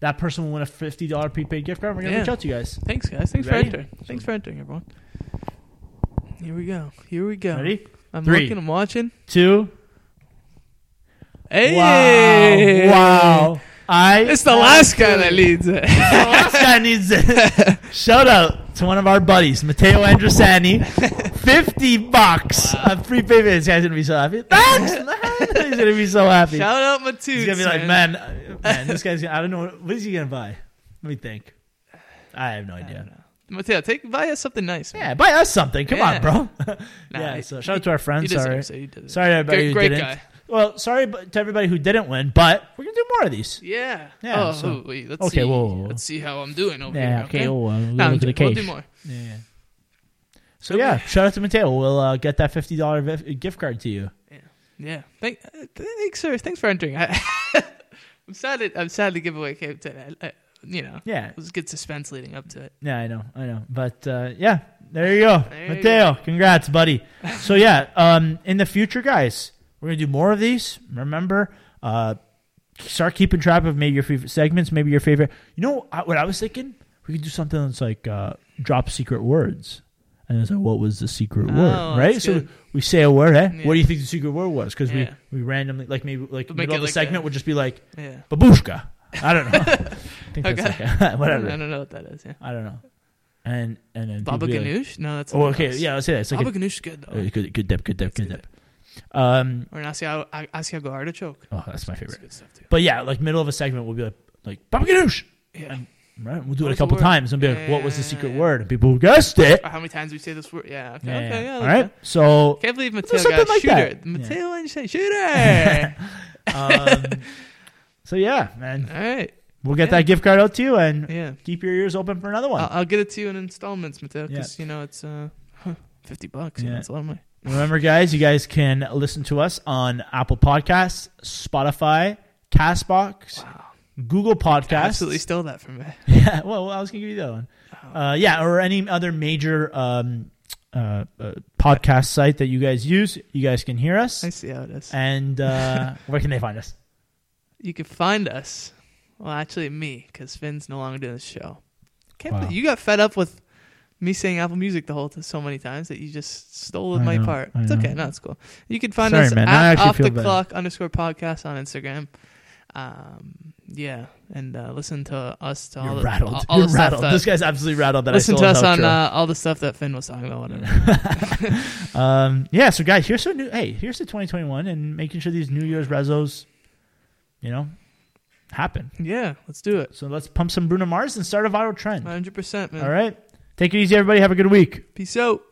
A: that person will win a $50 prepaid gift card. We're going to
B: Yeah.
A: reach out to you guys.
B: Thanks, guys. Thanks
A: Ready?
B: for entering. Thanks for entering, everyone. Here we go. Here we go.
A: Ready?
B: I'm
A: Three.
B: looking. I'm watching.
A: Two.
B: Hey!
A: Wow. Wow. I
B: It's the last guy that leads
A: the
B: it.
A: last guy needs it. Shout out to one of our buddies, Matteo Androsani. 50 bucks
B: Wow.
A: of prepaid. This guy's going to be so happy. Thanks, man. He's going to be so happy.
B: Shout out Matute.
A: He's gonna be like, man, uh, man, this guy's. Gonna, I don't know. What, what is he gonna buy? Let me think. I have no idea.
B: Mateo, take buy us something nice. man.
A: Yeah, buy us something. Come
B: Yeah.
A: on, bro.
B: Nah,
A: yeah.
B: he-
A: So shout out to our
B: he
A: friends.
B: deserves
A: Sorry,
B: it. He deserves it.
A: sorry, everybody.
B: Great,
A: who
B: great
A: didn't.
B: guy.
A: Well, sorry bu- to everybody who didn't win, but we're gonna do more of these.
B: Yeah.
A: Yeah,
B: Oh,
A: so-
B: wait, let's
A: okay,
B: see.
A: whoa, whoa, whoa.
B: Let's see how I'm doing over here. Okay.
A: we'll
B: Nah, I'm joking. We'll do more.
A: Yeah. So
B: Okay.
A: yeah, shout out to Mateo. We'll uh, get that fifty dollar gift card to you.
B: Yeah. Thank, uh, thanks, sir. Thanks for entering. I, I'm sad. It, I'm sad the giveaway came today. I, I- uh, you know,
A: Yeah,
B: it was good suspense leading up to it.
A: yeah, I know, I know. But uh, yeah, there you go,
B: There you
A: Mateo. Congrats, buddy. So yeah, um, in the future, guys, we're gonna do more of these. Remember, uh, start keeping track of maybe your favorite segments, maybe your favorite. You know I- what I was thinking? We could do something that's like uh, drop secret words. And it's like, what was the secret
B: Oh,
A: word? Right?
B: that's
A: So
B: good.
A: we say a word, eh?
B: Yeah.
A: What do you think the secret word was? Because
B: Yeah.
A: we, we randomly, like maybe like
B: We'll make
A: middle
B: it
A: of the
B: like
A: segment
B: a-
A: would just be like,
B: Yeah.
A: babushka. I don't know. I think that's
B: Okay.
A: like a, whatever.
B: I don't know what that is. Yeah.
A: I don't know. And and then
B: Baba
A: people be like,
B: Ganoush? No, that's
A: Oh,
B: something
A: okay.
B: else.
A: Yeah, let's say that. It's like
B: Baba
A: a,
B: Ganoush is good though.
A: uh, good, good dip, good dip,
B: That's
A: good
B: good.
A: dip. Um,
B: Or an Asiago, A- Asiago artichoke.
A: oh, that's my
B: That's
A: favorite.
B: good stuff too.
A: But yeah, like middle of a segment, we'll be like, like Baba Ganoush.
B: Yeah.
A: and- Right, we'll do it a
B: What was the
A: couple
B: word?
A: times and be like, "What was the
B: Yeah,
A: secret
B: yeah.
A: word?" And people who guessed it.
B: Or how many times we say this word? Yeah. Okay.
A: Yeah,
B: okay,
A: yeah.
B: yeah,
A: All
B: like
A: right.
B: that.
A: So
B: Can't believe Mateo
A: Let's do
B: got
A: something like
B: shooter.
A: that.
B: Mateo Einstein shooter.
A: um, so yeah, man,
B: All right.
A: we'll get
B: Yeah. Uh,
A: that gift card out to you, and
B: Yeah.
A: keep your ears open for another one.
B: I'll, I'll get it to you in installments, Mateo,
A: Yeah.
B: because you know it's uh, fifty bucks.
A: Yeah.
B: Yeah, that's a lot of money.
A: Remember, guys, you guys can listen to us on Apple Podcasts, Spotify, Castbox,
B: Wow.
A: Google Podcasts.
B: Absolutely stole that from me.
A: Yeah. Well, I was gonna give you that one.
B: Wow.
A: Uh, yeah, or any other major um, uh, uh, podcast site that you guys use, you guys can hear us.
B: I see how it is.
A: And uh, where can they find us?
B: You can find us. Well, actually, me, because Finn's no longer doing the show. Can't
A: Wow.
B: believe you got fed up with me saying Apple Music the whole t- so many times that you just stole
A: I
B: my
A: know,
B: part.
A: I
B: It's
A: know.
B: okay. No, it's cool. You can find
A: Sorry,
B: us
A: man. Now I
B: at
A: actually
B: off
A: feel
B: the
A: better.
B: clock underscore podcast on Instagram. Um, yeah, and uh, listen to us to all
A: You're
B: the
A: rattled.
B: all- all
A: You're
B: the stuff
A: rattled.
B: that-
A: This guy's absolutely rattled that I
B: listen to
A: stole his
B: us on
A: outro.
B: uh, all the stuff that Finn was talking about. Whatever.
A: um, yeah, so guys, here's some new. Hey, here's the 2021 and making sure these New Year's rezos, you know, happen.
B: yeah, let's do it.
A: So let's pump some Bruno Mars and start a viral trend.
B: One hundred percent, man.
A: All right, take it easy, everybody. Have a good week.
B: Peace out.